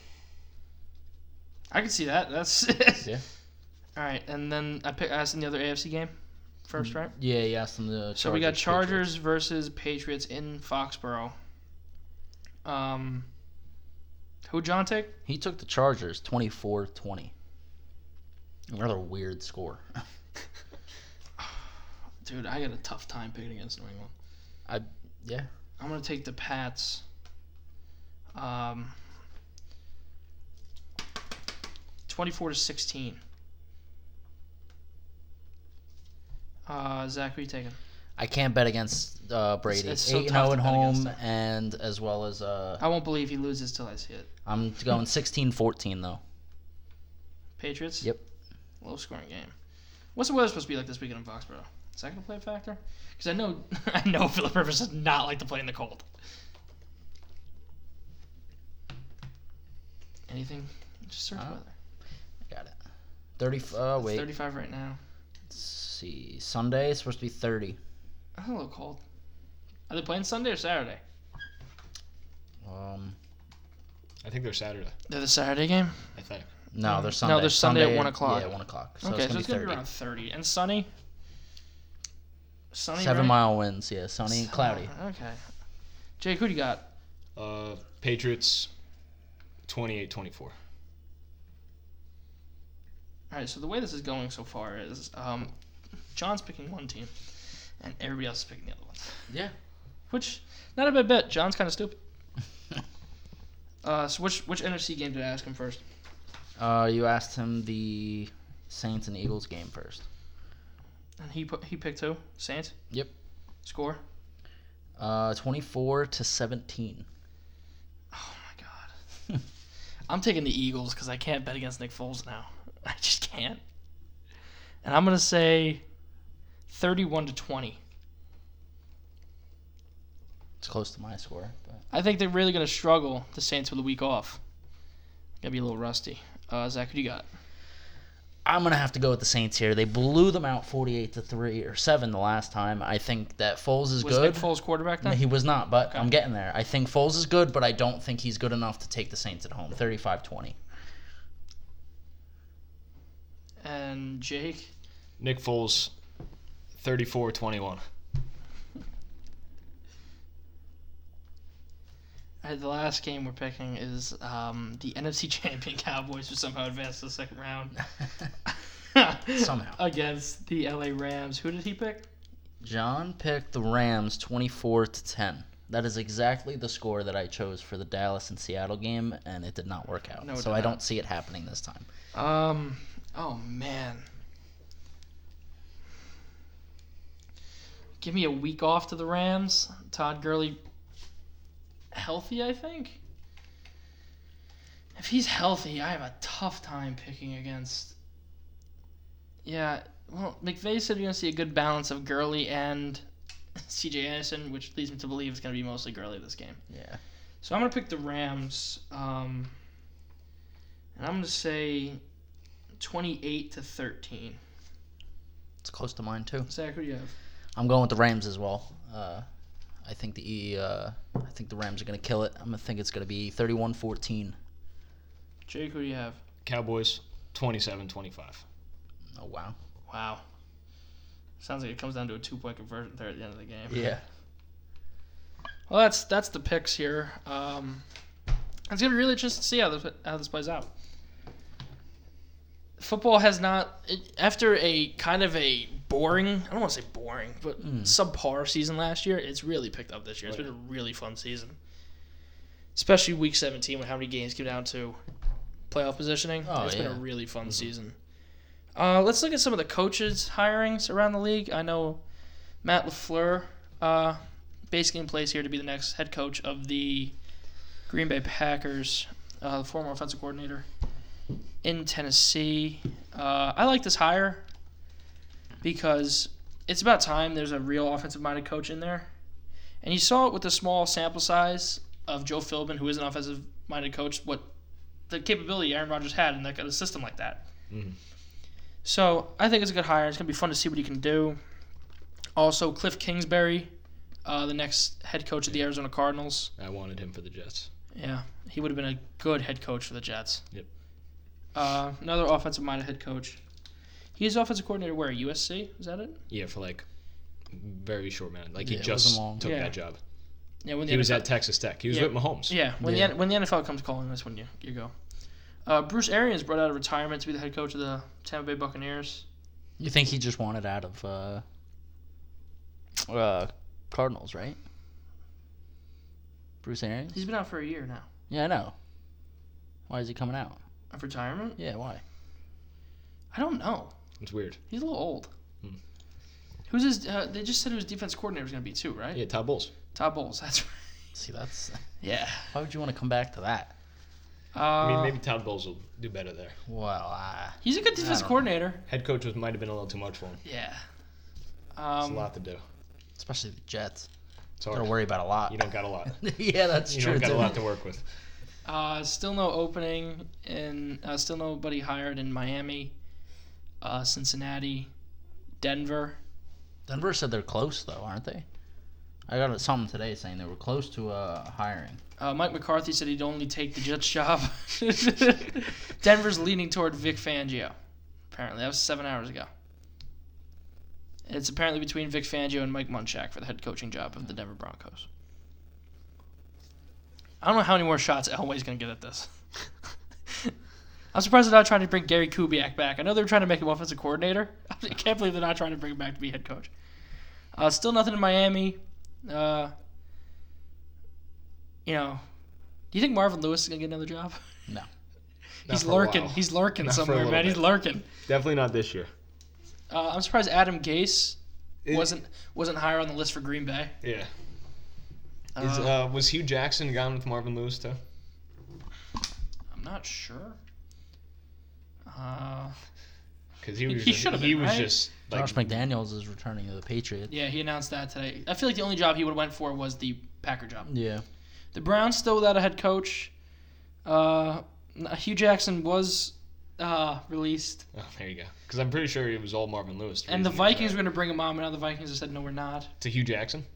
S1: I can see that. That's
S2: Yeah.
S1: All right, and then I pick. I asked in the other AFC game first, right?
S2: yeah, you asked them the
S1: So we got
S2: Chargers,
S1: Chargers versus Patriots in Foxborough. Um, who John take?
S2: Patriots. He took the Chargers 24-20. Another weird score.
S1: Dude, I got a tough time picking against New England.
S2: I yeah.
S1: I'm gonna take the Pats. Um, twenty-four to sixteen. Uh, Zach, who you taking?
S2: I can't bet against uh, Brady. It's,
S1: it's so
S2: 8
S1: tough
S2: 0
S1: to
S2: at
S1: bet against
S2: home
S1: them.
S2: and as well as uh,
S1: I won't believe he loses till I see it.
S2: I'm going 16-14 though.
S1: Patriots.
S2: Yep.
S1: Low scoring game. What's the weather supposed to be like this weekend in Foxborough? Is that gonna play a factor? Because I know I know Philip Rivers does not like to play in the cold. Anything? Just search
S2: Uh,
S1: weather.
S2: Got it. 30 uh,
S1: It's
S2: wait.
S1: 35 right now.
S2: Let's see. Sunday is supposed to be 30.
S1: That's a little cold. Are they playing Sunday or Saturday?
S2: Um,
S3: I think they're Saturday,
S1: They're the Saturday game.
S3: I think.
S2: no,
S1: Mm. No,
S2: there's Sunday.
S1: there's Sunday at 1 o'clock.
S2: Yeah, 1 o'clock. So it's
S1: okay, so
S2: going
S1: it's
S2: to
S1: gonna
S2: be
S1: be
S2: 30.
S1: around 30 and sunny. Sunny.
S2: Seven
S1: right?
S2: mile winds, yeah. Sunny and
S1: Sun-
S2: cloudy.
S1: Okay. Jake, who do you got?
S3: Uh, Patriots 28 24.
S1: All right. So the way this is going so far is, um, John's picking one team, and everybody else is picking the other one.
S2: Yeah.
S1: Which, not a bad bet. John's kind of stupid. uh, so which which NFC game did I ask him first?
S2: Uh, you asked him the Saints and Eagles game first.
S1: And he put, he picked who? Saints.
S2: Yep.
S1: Score.
S2: Uh, 24 to 17.
S1: Oh my god. I'm taking the Eagles because I can't bet against Nick Foles now. I just can't. And I'm gonna say 31 to 20.
S2: It's close to my score, but
S1: I think they're really gonna struggle. The Saints with a week off. Gonna be a little rusty. Uh, Zach, who do you got?
S2: I'm gonna have to go with the Saints here. They blew them out 48 to three or seven the last time. I think that Foles is
S1: Was
S2: good.
S1: Nick Foles quarterback then?
S2: he was not, but
S1: Okay.
S2: I'm getting there. I think Foles is good, but I don't think he's good enough to take the Saints at home. 35-20.
S1: And Jake.
S3: Nick Foles 34 21.
S1: I All right, uh, the last game we're picking is um, the NFC champion Cowboys, who somehow advanced to the second round.
S2: Somehow.
S1: Against the LA Rams. Who did he pick?
S2: John picked the Rams 24 to 10. That is exactly the score that I chose for the Dallas and Seattle game, and it did not work out.
S1: No, it
S2: so I
S1: did not.
S2: don't see it happening this time.
S1: Um. Oh man. Give me a week off to the Rams. Todd Gurley healthy, I think. If he's healthy, I have a tough time picking against. Yeah, well, McVay said you're gonna see a good balance of Gurley and C.J. Anderson, which leads me to believe it's gonna be mostly Gurley this game.
S2: Yeah.
S1: So I'm gonna pick the Rams, um, and I'm gonna say 28 to 13.
S2: It's close to mine, too.
S1: Zach, who do you have?
S2: I'm going with the Rams as well. Uh, I think the uh, I think the Rams are going to kill it. I'm going to think it's going to be 31-14.
S1: Jake, who do you have?
S3: Cowboys 27-25.
S2: Oh, wow.
S1: Wow. Sounds like it comes down to a two-point conversion there at the end of the game.
S2: Yeah.
S1: Well, that's that's the picks here. Um, it's gonna be really interesting to see how this how this plays out. Football has not it, after a kind of a boring I don't want to say boring but subpar season last year. It's really picked up this year. It's been a really fun season, especially week seventeen when how many games came down to playoff positioning.
S2: Oh,
S1: it's been
S2: yeah.
S1: a really fun season. Uh, let's look at some of the coaches hirings around the league. I know Matt Lafleur. Uh, basically in place here to be the next head coach of the Green Bay Packers, uh, the former offensive coordinator in Tennessee. Uh, I like this hire because it's about time there's a real offensive minded coach in there. And you saw it with the small sample size of Joe Philbin, who is an offensive minded coach, what the capability Aaron Rodgers had in that, a system like that.
S3: Mhm.
S1: So I think it's a good hire. It's going to be fun to see what he can do. Also, Cliff Kingsbury, uh, the next head coach of the Arizona Cardinals.
S3: I wanted him for the Jets.
S1: Yeah, he would have been a good head coach for the Jets.
S3: Yep.
S1: Uh, another offensive minded head coach. He's offensive coordinator where? USC? Is that it?
S3: Yeah, for like very short minute. Like
S2: Yeah,
S3: he
S2: it wasn't
S3: just
S2: long.
S3: took
S1: Yeah.
S3: that job.
S1: Yeah, when the
S3: He was
S1: NFL
S3: at Texas Tech. He was
S1: Yeah.
S3: with Mahomes.
S1: Yeah, when
S2: Yeah.
S1: the when the NFL comes calling, that's when you you go. Uh, Bruce Arians brought out of retirement to be the head coach of the Tampa Bay Buccaneers.
S2: You think he just wanted out of uh, uh, Cardinals, right? Bruce Arians?
S1: He's been out for a year now.
S2: Yeah, I know. Why is he coming out?
S1: Of retirement?
S2: Yeah, why?
S1: I don't know.
S3: It's weird.
S1: He's a little old.
S3: Hmm.
S1: Who's his? Uh, they just said who his defense coordinator was going to be too, right?
S3: Yeah, Todd Bowles.
S1: Todd Bowles. That's right.
S2: See, that's
S1: Yeah.
S2: why would you want to come back to that?
S1: Uh,
S3: I mean, maybe Todd Bowles will do better there.
S2: Well, uh,
S1: he's a good
S2: don't
S1: defense
S2: know.
S1: coordinator.
S3: Head coach was might have been a little too much for him.
S1: Yeah.
S3: It's
S1: Um,
S3: a lot to do.
S2: especially the Jets.
S3: It's
S2: Got to
S3: hard.
S2: worry about a lot.
S3: You don't got a lot.
S2: yeah, that's
S3: You
S2: true.
S3: don't got a
S2: too.
S3: lot to work with.
S1: Uh, still no opening, and uh, still nobody hired in Miami, uh, Cincinnati, Denver.
S2: Denver said they're close though, aren't they? I got something today saying they were close to uh, hiring.
S1: Uh, Mike McCarthy said he'd only take the Jets job. Denver's leaning toward Vic Fangio. Apparently, that was seven hours ago. It's apparently between Vic Fangio and Mike Munchak for the head coaching job of the Denver Broncos. I don't know how many more shots Elway's going to get at this. I'm surprised they're not trying to bring Gary Kubiak back. I know they're trying to make him offensive coordinator. I can't believe they're not trying to bring him back to be head coach. Uh, still nothing in Miami. Uh, you know, do you think Marvin Lewis is gonna get another job?
S2: No.
S3: Not
S1: He's
S3: for a while.
S1: lurking. He's lurking
S3: Not for a
S1: somewhere,
S3: little
S1: man. He's
S3: bit.
S1: lurking.
S3: Definitely not this year.
S1: Uh, I'm surprised Adam Gase
S3: It-
S1: wasn't wasn't higher on the list for Green Bay.
S3: Yeah.
S1: Uh,
S3: Is, uh, was Hugh Jackson gone with Marvin Lewis too?
S1: I'm not sure. Uh,
S3: Because he was
S1: He
S3: just,
S1: should've
S3: he
S1: been,
S3: was
S1: right?
S3: just like
S2: Josh McDaniels is returning to the Patriots.
S1: yeah, he announced that today. I feel like the only job he would have went for was the Packer job.
S2: Yeah.
S1: The Browns still without a head coach. Uh, Hugh Jackson was uh, released,
S3: oh, there you go. Because I'm pretty sure it was all Marvin Lewis.
S1: and the
S3: reason he was
S1: Vikings were
S3: hired.
S1: going to bring him on, but now the Vikings have said no, we're not.
S3: to Hugh Jackson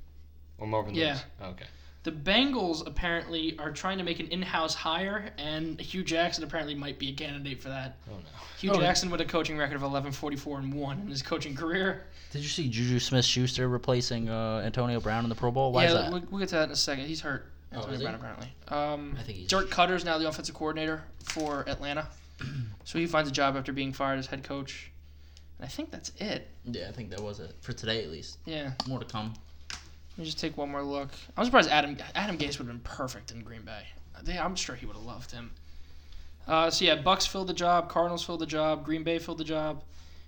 S3: or Marvin
S1: Yeah.
S3: Lewis. Oh, okay.
S1: The Bengals apparently are trying to make an in-house hire, and Hugh Jackson apparently might be a candidate for that.
S3: Oh no.
S1: Hugh
S2: Oh, yeah.
S1: Jackson with a coaching record of 11 44 and 1 in his coaching career.
S2: Did you see Juju Smith Schuster replacing uh, Antonio Brown in the Pro Bowl? Why
S1: yeah,
S2: is that?
S1: We'll, we'll get to that in a second. He's hurt.
S2: Oh,
S1: Anthony
S2: is he?
S1: Brown apparently. Um,
S2: I think he's-
S1: Dirk Cutter's now the offensive coordinator for Atlanta, so he finds a job after being fired as head coach. And I think that's it.
S2: Yeah, I think that was it for today at least.
S1: Yeah.
S2: More to come.
S1: Let me just take one more look. I'm surprised Adam Adam Gase would have been perfect in Green Bay. They- I'm sure he would have loved him. Uh, so yeah, Bucks filled the job, Cardinals filled the job, Green Bay filled the job,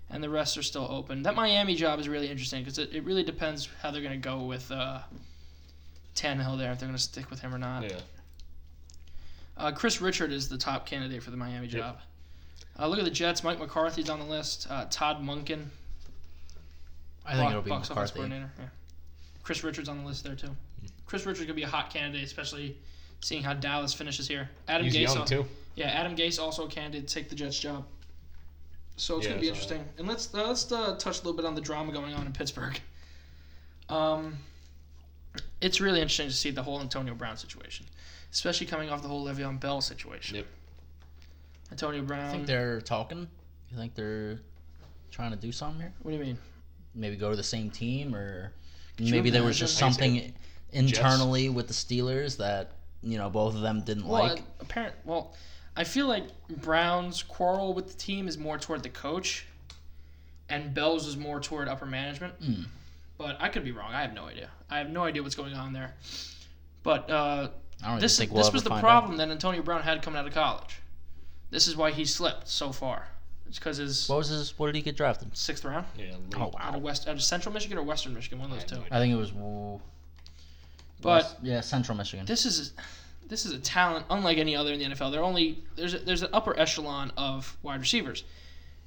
S1: and the rest are still open. That Miami job is really interesting because it, it really depends how they're going to go with uh, Tannehill there if they're going to stick with him or not.
S3: Yeah.
S1: Uh, Chris Richard is the top candidate for the Miami
S3: Yep.
S1: job. Uh, look at the Jets. Mike McCarthy's on the list. Uh, Todd Munkin,
S2: I think
S1: Buc-
S2: it'll be
S1: Bucs offensive
S2: McCarthy. Hmm.
S1: coordinator, yeah. Chris Richards on the list there too. Chris Richards could be a hot candidate, especially seeing how Dallas finishes here. Adam
S3: He's
S1: Gase,
S3: young
S1: al-
S3: too.
S1: yeah, Adam Gase also a candidate to take the Jets job. So it's
S3: Yeah,
S1: gonna be
S3: I saw that.
S1: interesting. And let's uh, let's uh, touch a little bit on the drama going on in Pittsburgh. Um, it's really interesting to see the whole Antonio Brown situation, especially coming off the whole Le'Veon Bell situation.
S3: Yep.
S1: Antonio Brown.
S2: I think they're talking. You think they're trying to do something here?
S1: what do you mean?
S2: Maybe go to the same team, or
S1: you
S2: maybe there was
S1: imagine?
S2: just
S3: Like I
S2: something internally with the Steelers that you know both of them didn't
S1: Well,
S2: like.
S1: I- apparent. Well, I feel like Brown's quarrel with the team is more toward the coach, and Bell's is more toward upper management.
S2: Mm.
S1: But I could be wrong. I have no idea. I have no idea what's going on there. But uh,
S2: I don't
S1: this
S2: even think we'll
S1: this
S2: ever
S1: was the
S2: find
S1: problem that Antonio Brown had coming out of college. This is why he slipped so far. It's because his
S2: Out. What was his? What did he get drafted?
S1: sixth round
S3: Yeah.
S2: Oh
S1: out
S2: wow!
S1: of West, out of Central Michigan or Western Michigan, one of those
S3: I
S1: two.
S3: have no
S2: I think it was. w-
S1: But
S2: West- yeah, Central Michigan.
S1: this is this is a talent unlike any other in the NFL. There are only there's a, there's an upper echelon of wide receivers.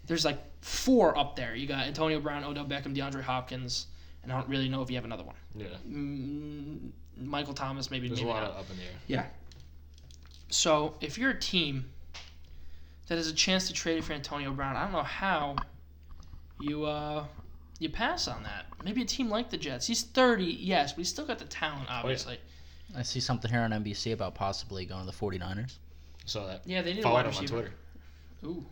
S1: There's like four up there. You got Antonio Brown, Odell Beckham, DeAndre Hopkins, and I don't really know if you have another one.
S3: Yeah.
S1: Mm, Michael Thomas, maybe.
S3: There's a
S1: maybe
S3: lot
S1: not.
S3: of up in the air.
S1: Yeah. So if you're a team that has a chance to trade for Antonio Brown, I don't know how you uh you pass on that. Maybe a team like the Jets. He's 30, yes, but he's still got the
S3: Oh,
S1: talent, obviously.
S2: I see something here on NBC about possibly going to the 49ers.
S3: Saw that.
S1: yeah. they need a wide
S3: Followed him on
S1: receiver.
S3: Twitter.
S1: Ooh.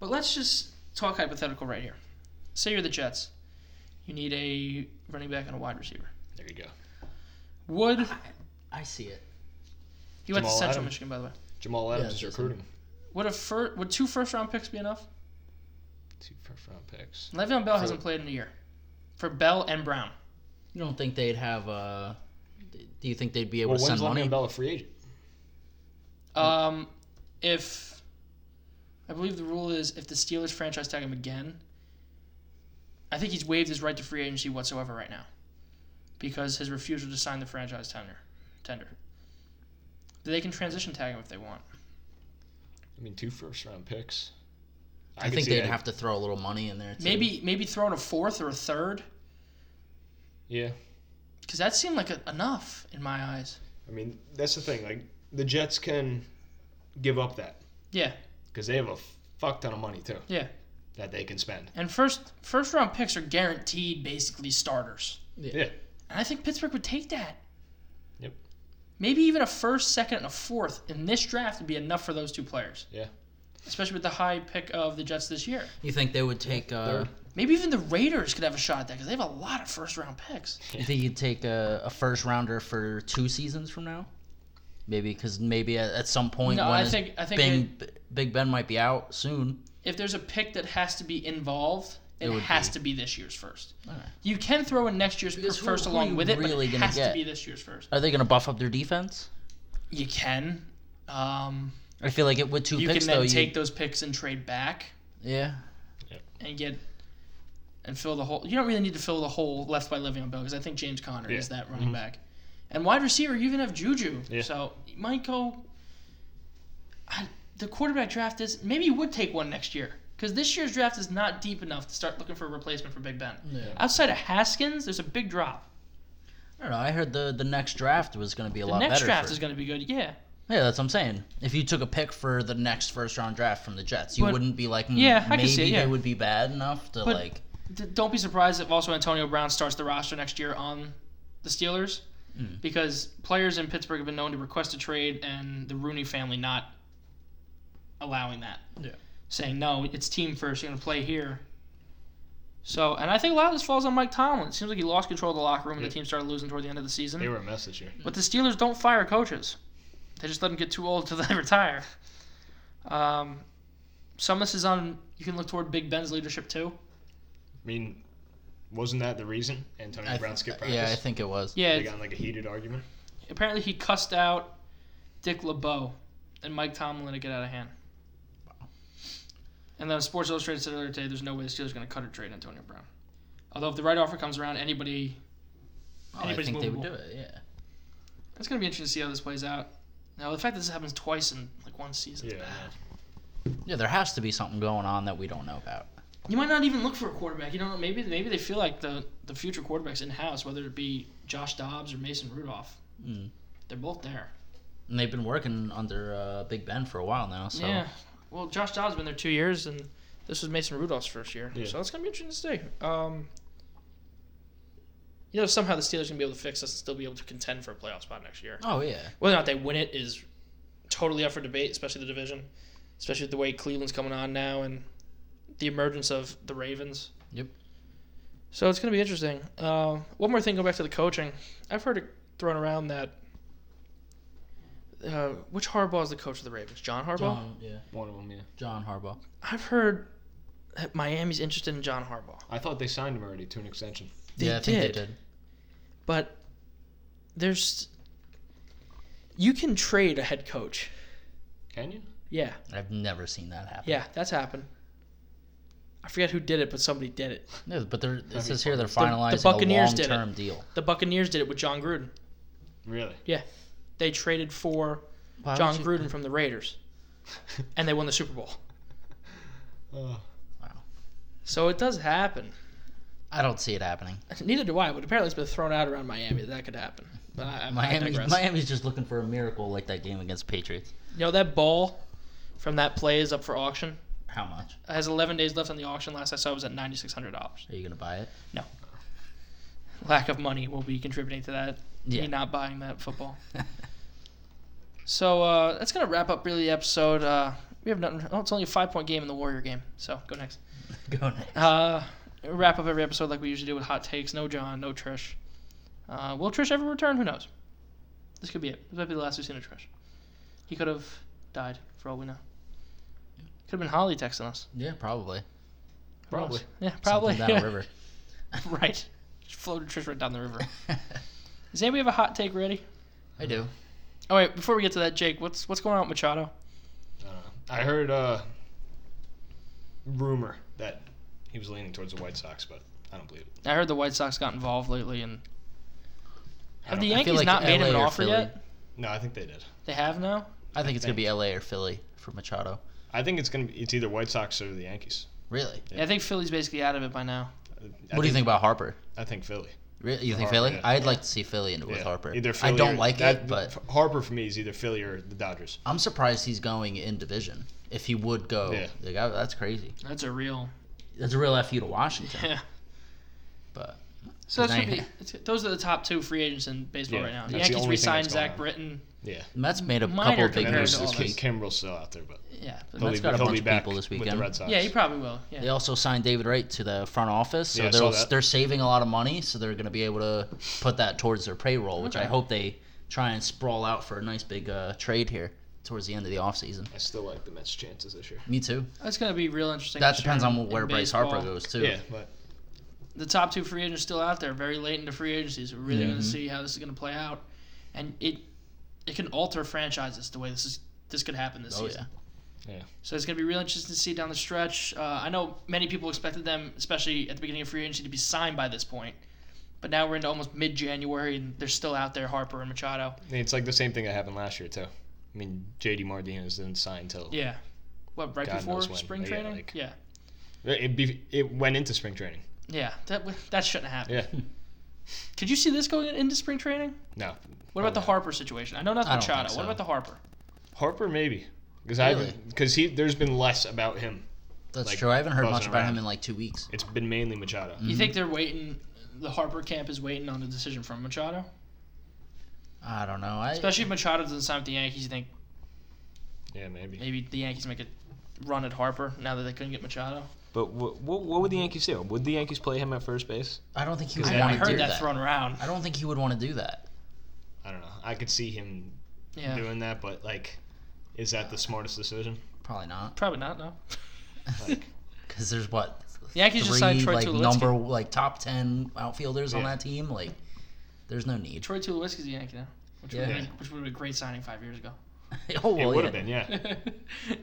S1: But let's just talk hypothetical right here. Say you're the Jets. You need a running back and a wide receiver.
S3: There you go.
S1: Would
S2: I see it.
S1: he went to
S3: Jamal
S1: Central
S3: Adams.
S1: Michigan, by the way?
S3: Jamal Adams
S2: Yeah,
S3: is
S2: that's
S3: recruiting.
S1: Would a fir- would two first round picks be enough?
S3: Two first round picks.
S1: Le'Veon Bell hasn't played in a year. For Bell and Brown,
S2: You don't think they'd have? Uh, d- do you think they'd be able
S3: Well,
S2: to
S3: when's
S2: send money?
S3: Le'Veon Bell a free agent?
S1: um, if I believe the rule is if the Steelers franchise tag him again, I think he's waived his right to free agency whatsoever right now, because his refusal to sign the franchise tender. Tender. They can transition tag him if they want.
S3: I mean, two first round picks.
S2: I,
S3: could
S2: think
S3: see
S2: they'd
S3: that.
S2: have to throw a little money in there. Too.
S1: Maybe maybe throw in a fourth or a third,
S3: Yeah.
S1: because that seemed like a, enough in my eyes.
S3: I mean, that's the thing. Like, the Jets can give up that
S1: Yeah,
S3: because they have a fuck ton of money too
S1: yeah.
S3: that they can spend.
S1: And first first round picks are guaranteed basically starters.
S3: Yeah.
S1: And I think Pittsburgh would take that.
S3: Yep.
S1: Maybe even a first, second, and a fourth in this draft would be enough for those two players.
S3: Yeah.
S1: Especially with the high pick of the Jets this year.
S2: You think they would take? Uh,
S3: Third.
S1: Maybe even the Raiders could have a shot at that because they have a lot of first round picks.
S2: You think you'd take a, a first rounder for two seasons from now? Maybe because maybe at, at some point,
S1: No,
S2: when
S1: I
S2: is-
S1: think I think
S2: Bing, Big Ben might be out soon.
S1: if there's a pick that has to be involved, it,
S2: It would
S1: has
S2: be.
S1: to be this year's first.
S2: Alright.
S1: You can throw in next year's
S2: Because who-
S1: first
S2: who are
S1: along
S2: you
S1: with it,
S2: really
S1: but it
S2: gonna
S1: has to
S2: get?
S1: be this year's first.
S2: Are they going to buff up their defense?
S1: You can. Um,
S2: I feel like it with two
S1: you
S2: picks
S1: can
S2: though.
S1: then take
S2: you,
S1: those picks and trade back.
S2: yeah,
S1: and get and fill the hole. You don't really need to fill the hole left by Le'Veon Bell because I think James Conner is
S3: Yeah.
S1: that
S2: Mm-hmm.
S1: running back. And wide receiver, you even have Juju.
S3: Yeah.
S1: So you might go. I, the quarterback draft is maybe you would take one next year because this year's draft is not deep enough to start looking for a replacement for Big Ben.
S2: Yeah.
S1: Outside of Haskins, there's a big drop.
S2: I don't know. I heard the the next draft was going to be a
S1: The
S2: lot
S1: next
S2: better.
S1: draft
S2: for-
S1: is going to be good. Yeah,
S2: yeah, that's what I'm saying. If you took a pick for the next first round draft from the Jets, you
S1: But-
S2: wouldn't be like, mm,
S1: Yeah, I can
S2: maybe
S1: see it, yeah.
S2: they would be bad enough to
S1: But-
S2: like.
S1: D- don't be surprised if also Antonio Brown starts the roster next year on the Steelers
S2: Mm.
S1: because players in Pittsburgh have been known to request a trade and the Rooney family not allowing that.
S2: Yeah.
S1: Saying, no, it's team first. You're going to play here. So, and I think a lot of this falls on Mike Tomlin. It seems like he lost control of the locker room and the
S3: Yeah.
S1: team started losing toward the end of the season.
S3: They were a mess this year.
S1: But the Steelers don't fire coaches. They just let them get too old till they retire. Um, some of this is on. You can look toward Big Ben's leadership too.
S3: I mean, wasn't that the reason Antonio
S2: I
S3: Brown
S2: th-
S3: skipped practice?
S2: yeah, I think it was.
S1: Yeah,
S3: they got in like a heated argument.
S1: apparently he cussed out Dick LeBeau and Mike Tomlin to get out of hand. And then Sports Illustrated said the other day, there's no way the Steelers are going to cut or trade Antonio Brown. Although if the right offer comes around, anybody,
S2: Oh, I
S1: anybody's
S2: think they would do
S1: movable.
S2: it. Yeah.
S1: It's going to be interesting to see how this plays out. Now the fact that this happens twice in like one season, is
S3: Yeah, I
S1: bad.
S2: Yeah, there has to be something going on that we don't know about.
S1: You might not even look for a quarterback. You don't know. Maybe maybe they feel like the the future quarterbacks in house, whether it be Josh Dobbs or Mason Rudolph.
S2: Mm.
S1: They're both there.
S2: And they've been working under uh, Big Ben for a while now, so
S1: Yeah. Well, Josh Dobbs has been there two years, and this was Mason Rudolph's first year.
S3: Yeah.
S1: So it's going to be interesting to see. Um, you know, somehow the Steelers can be able to fix this and still be able to contend for a playoff spot next year.
S2: Oh yeah.
S1: Whether or not they win it is totally up for debate, especially the division, especially the way Cleveland's coming on now and the emergence of the Ravens.
S2: Yep.
S1: So it's going to be interesting. Uh, one more thing, go back to the coaching. I've heard it thrown around that. Uh, which Harbaugh is the coach of the Ravens? John Harbaugh?
S2: John, yeah.
S3: one of them. Yeah,
S2: John Harbaugh.
S1: I've heard that Miami's interested in John Harbaugh,
S3: I thought they signed him already to an extension.
S1: They
S2: yeah, I think
S1: did.
S2: they did.
S1: but there's you can trade a head coach.
S3: Can you?
S1: Yeah,
S2: I've never seen that happen.
S1: yeah, that's happened. I forget who did it, but somebody did it.
S2: No, but they're, it
S3: That'd
S2: says
S3: be
S2: here
S3: fun.
S2: they're
S1: The- the
S2: finalizing a
S1: Buccaneers did it.
S2: long-term deal.
S1: The Buccaneers did it with John Gruden.
S3: Really?
S1: They traded for
S2: Why would
S1: John
S2: you-
S1: Gruden from the Raiders, and they won the Super Bowl.
S3: Oh,
S1: So it does happen.
S2: I don't see it happening.
S1: Neither do I, but apparently it's been thrown out around Miami. That could happen. But I, I,
S2: Uh, Miami,
S1: digress.
S2: Miami's just looking for a miracle like that game against Patriots.
S1: You know that ball from that play is up for auction.
S2: How much
S1: It has 11 days left on the auction. Last I saw, it was at 9,600 dollars.
S2: are you gonna buy it?
S1: lack of money will be contributing to that.
S2: Yeah.
S1: Me not buying that football. so uh, that's gonna wrap up really the episode. Uh, we have nothing. Oh, it's only a five point game in the Warrior game. So go next.
S2: Go next.
S1: Uh, wrap up every episode like we usually do with hot takes. No John. No Trish. Uh, will Trish ever return? Who knows? This could be it. This might be the last we've seen of Trish. He could have died for all we know. Could have been Holly texting us.
S2: Yeah, probably.
S1: Who knows?
S3: Probably.
S1: Yeah, probably.
S2: Something down river.
S1: right. Just floated Trish right down the river. Does anybody have a hot take ready?
S2: I do.
S1: Oh wait, before we get to that, Jake, what's what's going on with Machado?
S3: I don't know. I heard uh, rumor that he was leaning towards the White Sox, but I don't believe it.
S1: I heard the White Sox got involved lately, and
S3: I
S1: have the
S3: don't-
S2: I
S1: Yankees
S2: feel like
S1: not made him an
S2: LA or
S1: offer
S2: Philly.
S1: yet?
S3: No, I think they did.
S1: They have now.
S2: I think it's gonna be L.A. or Philly for Machado.
S3: I think it's gonna be it's either White Sox or the Yankees. Uh,
S2: Really?
S1: Yeah, I think Philly's basically out of it by now.
S3: I
S2: what do you think about Harper?
S3: I think Philly.
S2: Really? You think
S3: Harper,
S2: Philly?
S3: yeah.
S2: I'd like to see Philly in, with
S3: Yeah.
S2: Harper.
S3: Either
S2: I
S3: Philly
S2: don't
S3: or-
S2: like
S3: that-
S2: it, but
S3: Harper for me is either Philly or the Dodgers.
S2: I'm surprised he's going in division. If he would go,
S3: Yeah.
S2: like, I- that's crazy.
S1: That's a real.
S2: That's a real fu to Washington.
S1: Yeah.
S2: But
S1: So that's gonna
S2: Nice.
S1: be, it's, those are the top two free agents in baseball
S3: Yeah,
S1: right now.
S3: that's
S1: The
S3: the
S1: Yankees
S3: only thing
S1: re-signed
S3: that's going
S1: Zach
S3: on.
S1: Britton.
S3: Yeah.
S2: Mets made a
S1: Minor
S2: couple big
S3: And
S1: compared
S2: moves
S1: to
S2: this
S1: all
S3: there's
S1: this.
S3: Kim,
S2: week.
S3: Kimbrel's still out there, but
S1: Yeah, but
S3: he'll
S2: Mets
S3: be,
S2: got a
S3: he'll
S2: bunch
S3: be
S2: of
S3: back
S2: people this
S3: With
S2: weekend.
S3: the Red Sox.
S1: yeah, he probably will. Yeah.
S2: They also signed David Wright to the front office, so
S3: Yeah, I
S2: they're
S3: saw that.
S2: they're saving a lot of money, so they're going to be able to put that towards their payroll, which I
S1: Okay.
S2: hope they try and sprawl out for a nice big uh, trade here towards the end of the offseason.
S3: I still like the Mets' chances this year.
S2: Me too.
S1: That's gonna be real interesting.
S2: That
S1: this
S2: depends
S1: year
S2: on
S1: in
S2: where Bryce
S1: baseball.
S2: Harper goes too.
S3: Yeah, but
S1: The top two free agents still out there, very late into free agencies. We're really gonna
S2: Mhm.
S1: see how this is gonna play out, and it it can alter franchises the way this is this could happen this
S2: Oh
S1: season.
S2: yeah.
S1: So it's going to be real interesting to see down the stretch. Uh, I know many people expected them, especially at the beginning of free agency, to be signed by this point. But now we're into almost mid January, and they're still out there, Harper and Machado.
S3: it's like the same thing that happened last year too. I mean, J.D. Martinez didn't sign until
S1: Yeah. What, right
S3: God
S1: before
S3: knows when.
S1: spring
S3: Yeah,
S1: training?
S3: like-
S1: yeah.
S3: it, be, it went into spring training.
S1: Yeah. That, w- that shouldn't happen.
S3: Yeah,
S1: Could you see this going into spring training?
S3: no.
S1: What about the
S3: Probably not.
S1: Harper situation? I know not
S2: I don't
S1: Machado.
S2: think
S1: What
S2: so.
S1: about the Harper?
S3: Harper maybe because
S2: Really?
S3: I because he there's been less about him.
S2: That's
S3: Like,
S2: true. I haven't heard
S3: buzzing
S2: much about
S3: around.
S2: him in like two weeks.
S3: It's been mainly Machado.
S1: You think they're waiting, the Harper camp is waiting on a decision from Machado?
S2: I don't know. I
S1: Especially if Machado doesn't sign with the Yankees, you think
S3: Yeah, maybe.
S1: maybe the Yankees make a run at Harper now that they couldn't get Machado?
S3: But what, what, what would the Yankees do? Would the Yankees play him at first base?
S2: I don't think he
S3: Because
S2: would
S3: I
S1: I
S2: want to do
S1: heard that,
S2: that.
S1: thrown around.
S2: I don't think he would want to do that.
S3: I don't know. I could see him
S1: Yeah,
S3: doing that, but like, is that the smartest decision?
S2: Probably not,
S1: probably not. No,
S3: Like,
S2: because there's what
S1: the Yankees just signed Troy
S2: like
S1: Tulowitzki.
S2: number like top ten outfielders on
S3: Yeah.
S2: that team. Like, there's no need.
S1: Troy Tulowitzki's a Yankee now, which would
S2: Yeah.
S1: be, which would be a great signing five years ago.
S2: oh
S3: it
S2: well,
S3: would
S2: yeah.
S3: have been, yeah.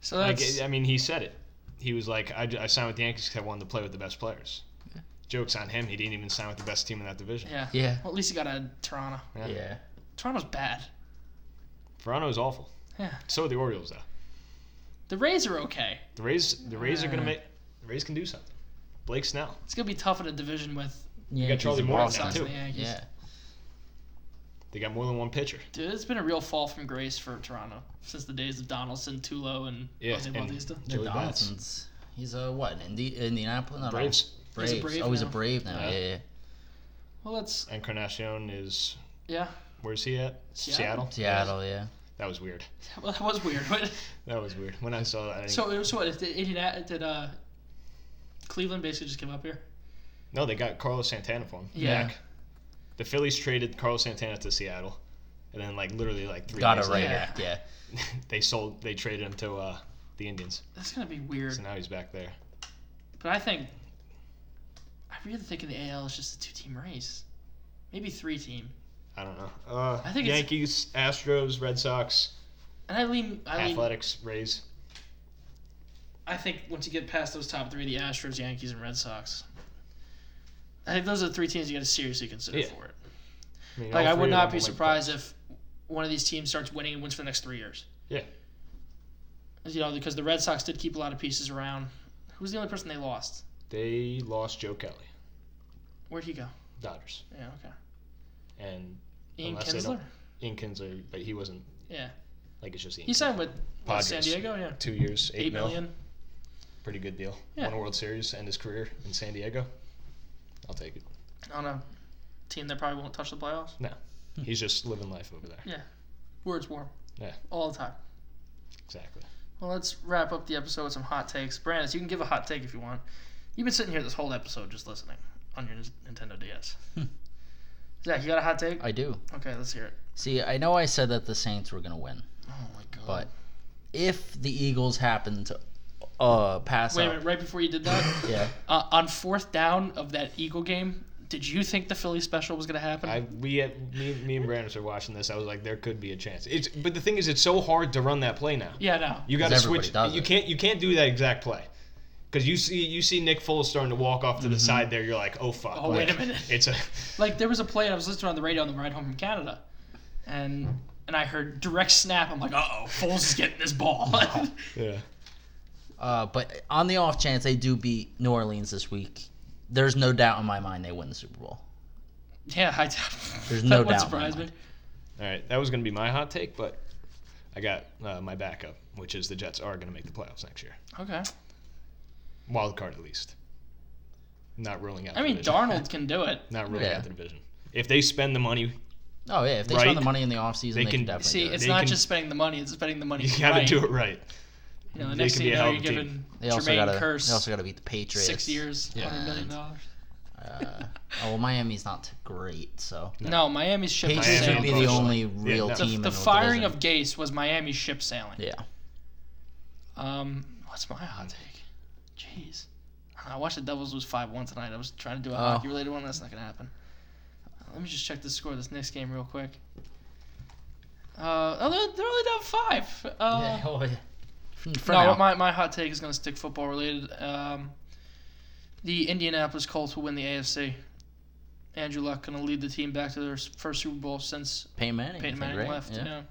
S1: so
S3: I,
S1: that's
S3: ge- I mean, he said it. He was like, I, j- I signed with the Yankees because I wanted to play with the best players. Jokes on him. He didn't even sign with the best team in that division.
S1: yeah.
S2: Yeah,
S1: Well, at least he got out of Toronto.
S3: Yeah.
S2: yeah.
S1: Toronto's bad.
S3: Toronto's awful.
S1: Yeah.
S3: So are the Orioles though.
S1: The Rays are okay.
S3: The Rays. The Rays are gonna
S1: Uh.
S3: make. The Rays can do something. Blake Snell.
S1: It's gonna be tough in a division with
S2: You
S3: got Charlie
S1: the
S3: Morton
S1: White
S3: now,
S1: Sox
S3: too.
S1: and the Yankees.
S2: Yeah,
S3: They got more than one pitcher.
S1: Dude, it's been a real fall from grace for Toronto since the days of Donaldson, Tulo, and
S3: Yeah,
S1: Jose
S3: and-
S1: Bautista.
S2: The
S3: Joey Bats.
S2: Donaldson's. He's a what? An Indi- Indianapolis? No, no.
S3: Braves
S1: He's
S2: Braves.
S1: a Brave
S2: oh, he's
S1: now.
S2: a Brave now.
S3: Yeah.
S2: Yeah, yeah,
S1: Well, that's
S3: Encarnacion is.
S1: yeah.
S3: Where's he at?
S1: Seattle.
S2: yeah. Seattle. Yeah.
S3: That was weird.
S1: Well, that was weird. But,
S3: That was weird. When I saw that, I didn't,
S1: so it was what? Did, Indiana, did uh, Cleveland basically just give up here?
S3: no, they got Carlos Santana for him.
S1: Yeah.
S3: Back. The Phillies traded Carlos Santana to Seattle, and then like literally like three
S2: Got
S3: days
S2: it right.
S1: Yeah.
S2: Yeah. yeah.
S3: later, they sold. They traded him to uh, the Indians.
S1: That's gonna be weird.
S3: So now he's back there.
S1: But I think I really think in the AL it's just a two-team race, maybe three-team.
S3: I don't know. Uh,
S1: I think it's-
S3: Yankees, Astros, Red Sox,
S1: And I lean, I lean,
S3: Athletics, Rays.
S1: I think once you get past those top three, the Astros, Yankees, and Red Sox. I think those are the three teams you got to seriously consider
S3: Yeah.
S1: for it.
S3: I mean,
S1: Like I
S3: all three
S1: would
S3: of
S1: not
S3: them
S1: be
S3: will make
S1: surprised if one of these teams starts winning and wins for the next three years.
S3: Yeah.
S1: You know, because the Red Sox did keep a lot of pieces around. Who's the only person they lost?
S3: the- They lost Joe Kelly,
S1: Where'd he go?
S3: Dodgers,
S1: Yeah, okay.
S3: and
S1: Ian
S3: Unless they
S1: Kinsler?
S3: don't- Ian Kinsler, but he wasn't
S1: Yeah.
S3: like it's just Ian
S1: He signed
S3: Kinsler.
S1: with what, San
S3: Padres.
S1: Diego, yeah.
S3: two years, eight,
S1: Eight
S3: mil.
S1: million.
S3: Pretty good deal.
S1: Yeah.
S3: Won a World Series, end his career in San Diego. I'll take it.
S1: on a team that probably won't touch the playoffs. Hmm.
S3: He's just living life over there.
S1: Words warm.
S3: Yeah.
S1: All the time.
S3: Exactly.
S1: Well, let's wrap up the episode with some hot takes. Brandis, you can give a hot take if you want. You've been sitting here this whole episode just listening on your Nintendo DS. Zach, you got a hot take?
S2: I do.
S1: Okay, let's hear it.
S2: See, I know I said that the Saints were gonna win,
S1: Oh my god.
S2: but if the Eagles happen to uh pass
S1: Wait a
S2: up,
S1: minute, right before you did that,
S2: yeah,
S1: uh, on fourth down of that Eagle game, did you think the Philly special was going to happen?
S3: I we me, me and Brandis are watching this. I was like, there could be a chance. It's but the thing is, it's so hard to run that play now.
S1: yeah, no.
S3: You got to
S2: 'Cause everybody
S3: switch.
S2: does
S3: You
S2: it.
S3: can't. You can't do that exact play. Because you see, you see Nick Foles starting to walk off to the
S2: Mm-hmm.
S3: side there. You're like, oh fuck.
S1: Oh,
S3: like,
S1: wait a minute.
S3: It's a.
S1: Like there was a play I was listening on the radio on the ride home from Canada, and and I heard direct snap. I'm like, uh oh, Foles is getting this ball.
S3: Yeah.
S2: uh, but on the off chance they do beat New Orleans this week, there's no doubt in my mind they win the Super Bowl.
S1: yeah, I
S2: There's no doubt in
S1: that
S2: my
S1: That surprise me.
S2: mind.
S3: All right, that was gonna be my hot take, but I got uh, my backup, which is the Jets are gonna make the playoffs next year,
S1: Okay.
S3: wild card at least. Not ruling out.
S1: I
S3: the
S1: mean,
S3: division.
S1: Darnold can do it.
S3: Not ruling
S2: Yeah.
S3: out the division. If they spend the money,
S2: Oh yeah, if they
S3: Right?
S2: spend the money in the offseason,
S3: They
S2: they,
S3: can-
S2: can definitely
S1: See,
S2: do it.
S1: it's
S3: They
S1: not
S3: can-
S1: just spending the money; it's spending the money.
S3: you gotta
S1: right.
S3: do it right.
S1: You know, the
S3: They
S1: next
S3: could
S1: thing
S3: be
S1: you
S3: a
S1: know,
S3: hell of
S1: you're
S3: a team.
S1: giving
S2: They also
S1: Jermaine
S2: gotta
S1: Curse
S2: they also gotta beat the Patriots.
S1: six years,
S2: Yeah.
S1: $100 million dollars.
S2: Uh, oh, well, Miami's not great, so
S1: No, Miami's ship
S2: Patriots would
S3: Miami
S1: sailing.
S2: be
S3: unfortunately.
S2: the only real
S3: no.
S1: The,
S2: team.
S1: the
S2: in the
S1: firing
S2: division.
S1: of Gase was Miami's ship sailing.
S2: yeah,
S1: Um, what's my hot take? Jeez, I watched the Devils lose five one tonight. I was trying to do
S2: Oh.
S1: a hockey related one. That's not gonna happen. Uh, Let me just check the score of this next game real quick. Uh, oh, they're, they're only down five. Uh,
S2: yeah. Oh, yeah. For
S1: no,
S2: now.
S1: my my hot take is gonna stick football related. Um, the Indianapolis Colts will win the AFC. Andrew Luck gonna lead the team back to their s- first Super Bowl since
S2: Peyton Manning,
S1: Peyton
S2: I think,
S1: Manning
S2: right?
S1: left.
S2: Yeah.
S1: You know,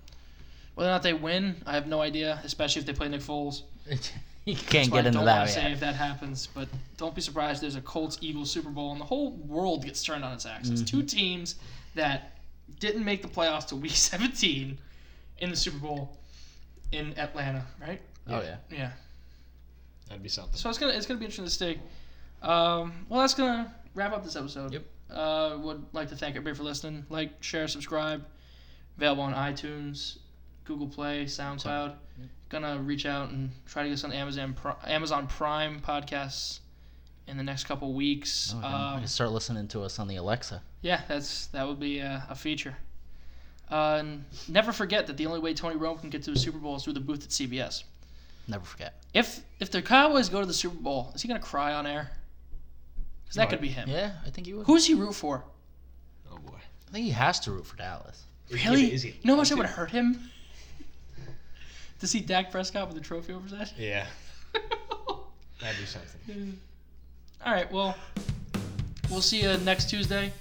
S1: whether or not they win, I have no idea. Especially if they play Nick Foles.
S2: you can't
S1: That's why
S2: get into
S1: I
S2: that.
S1: don't wanna
S2: yet.
S1: say if that happens, but don't be surprised. There's a Colts Eagles Super Bowl, and the whole world gets turned on its axis.
S2: Mm-hmm.
S1: Two teams that didn't make the playoffs to Week 17 in the Super Bowl in Atlanta, right?
S2: Oh yeah.
S1: Yeah.
S3: That'd be something.
S1: So it's gonna it's gonna be interesting to see. Um, well, that's gonna wrap up this episode.
S2: Yep.
S1: Uh, would like to thank everybody for listening. Like, share, subscribe. Available on iTunes, Google Play, SoundCloud. Gonna reach out and try to get some Amazon Pri- Amazon Prime podcasts in the next couple weeks.
S2: Oh, yeah. I
S1: um,
S2: can start listening to us on the Alexa.
S1: yeah, that's that would be a, a feature. Uh, and never forget that the only way Tony Romo can get to the Super Bowl is through the booth at CBS.
S2: Never forget.
S1: If if the Cowboys go to the Super Bowl, is he gonna cry on air? Because that
S3: Right.
S1: could be him.
S2: Yeah, I think he would.
S1: Who does he root for?
S3: Oh boy.
S2: I think he has to root for Dallas.
S3: Is he-
S1: Really?
S3: Is he?
S1: You know how much
S3: is
S1: it
S3: he-
S1: would hurt him to see Dak Prescott with a trophy over his head?
S3: Yeah,
S1: All
S3: that'd be something.
S1: right, well, we'll see you next Tuesday.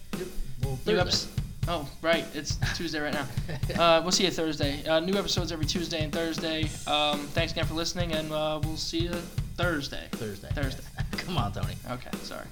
S2: Well,
S1: New episodes. Oh, right. It's Tuesday right now. Uh, we'll see you Thursday. Uh, new episodes every Tuesday and Thursday. Um, thanks again for listening, and uh, we'll see you Thursday.
S2: Thursday.
S1: Thursday.
S2: Come on, Tony.
S1: Okay, sorry.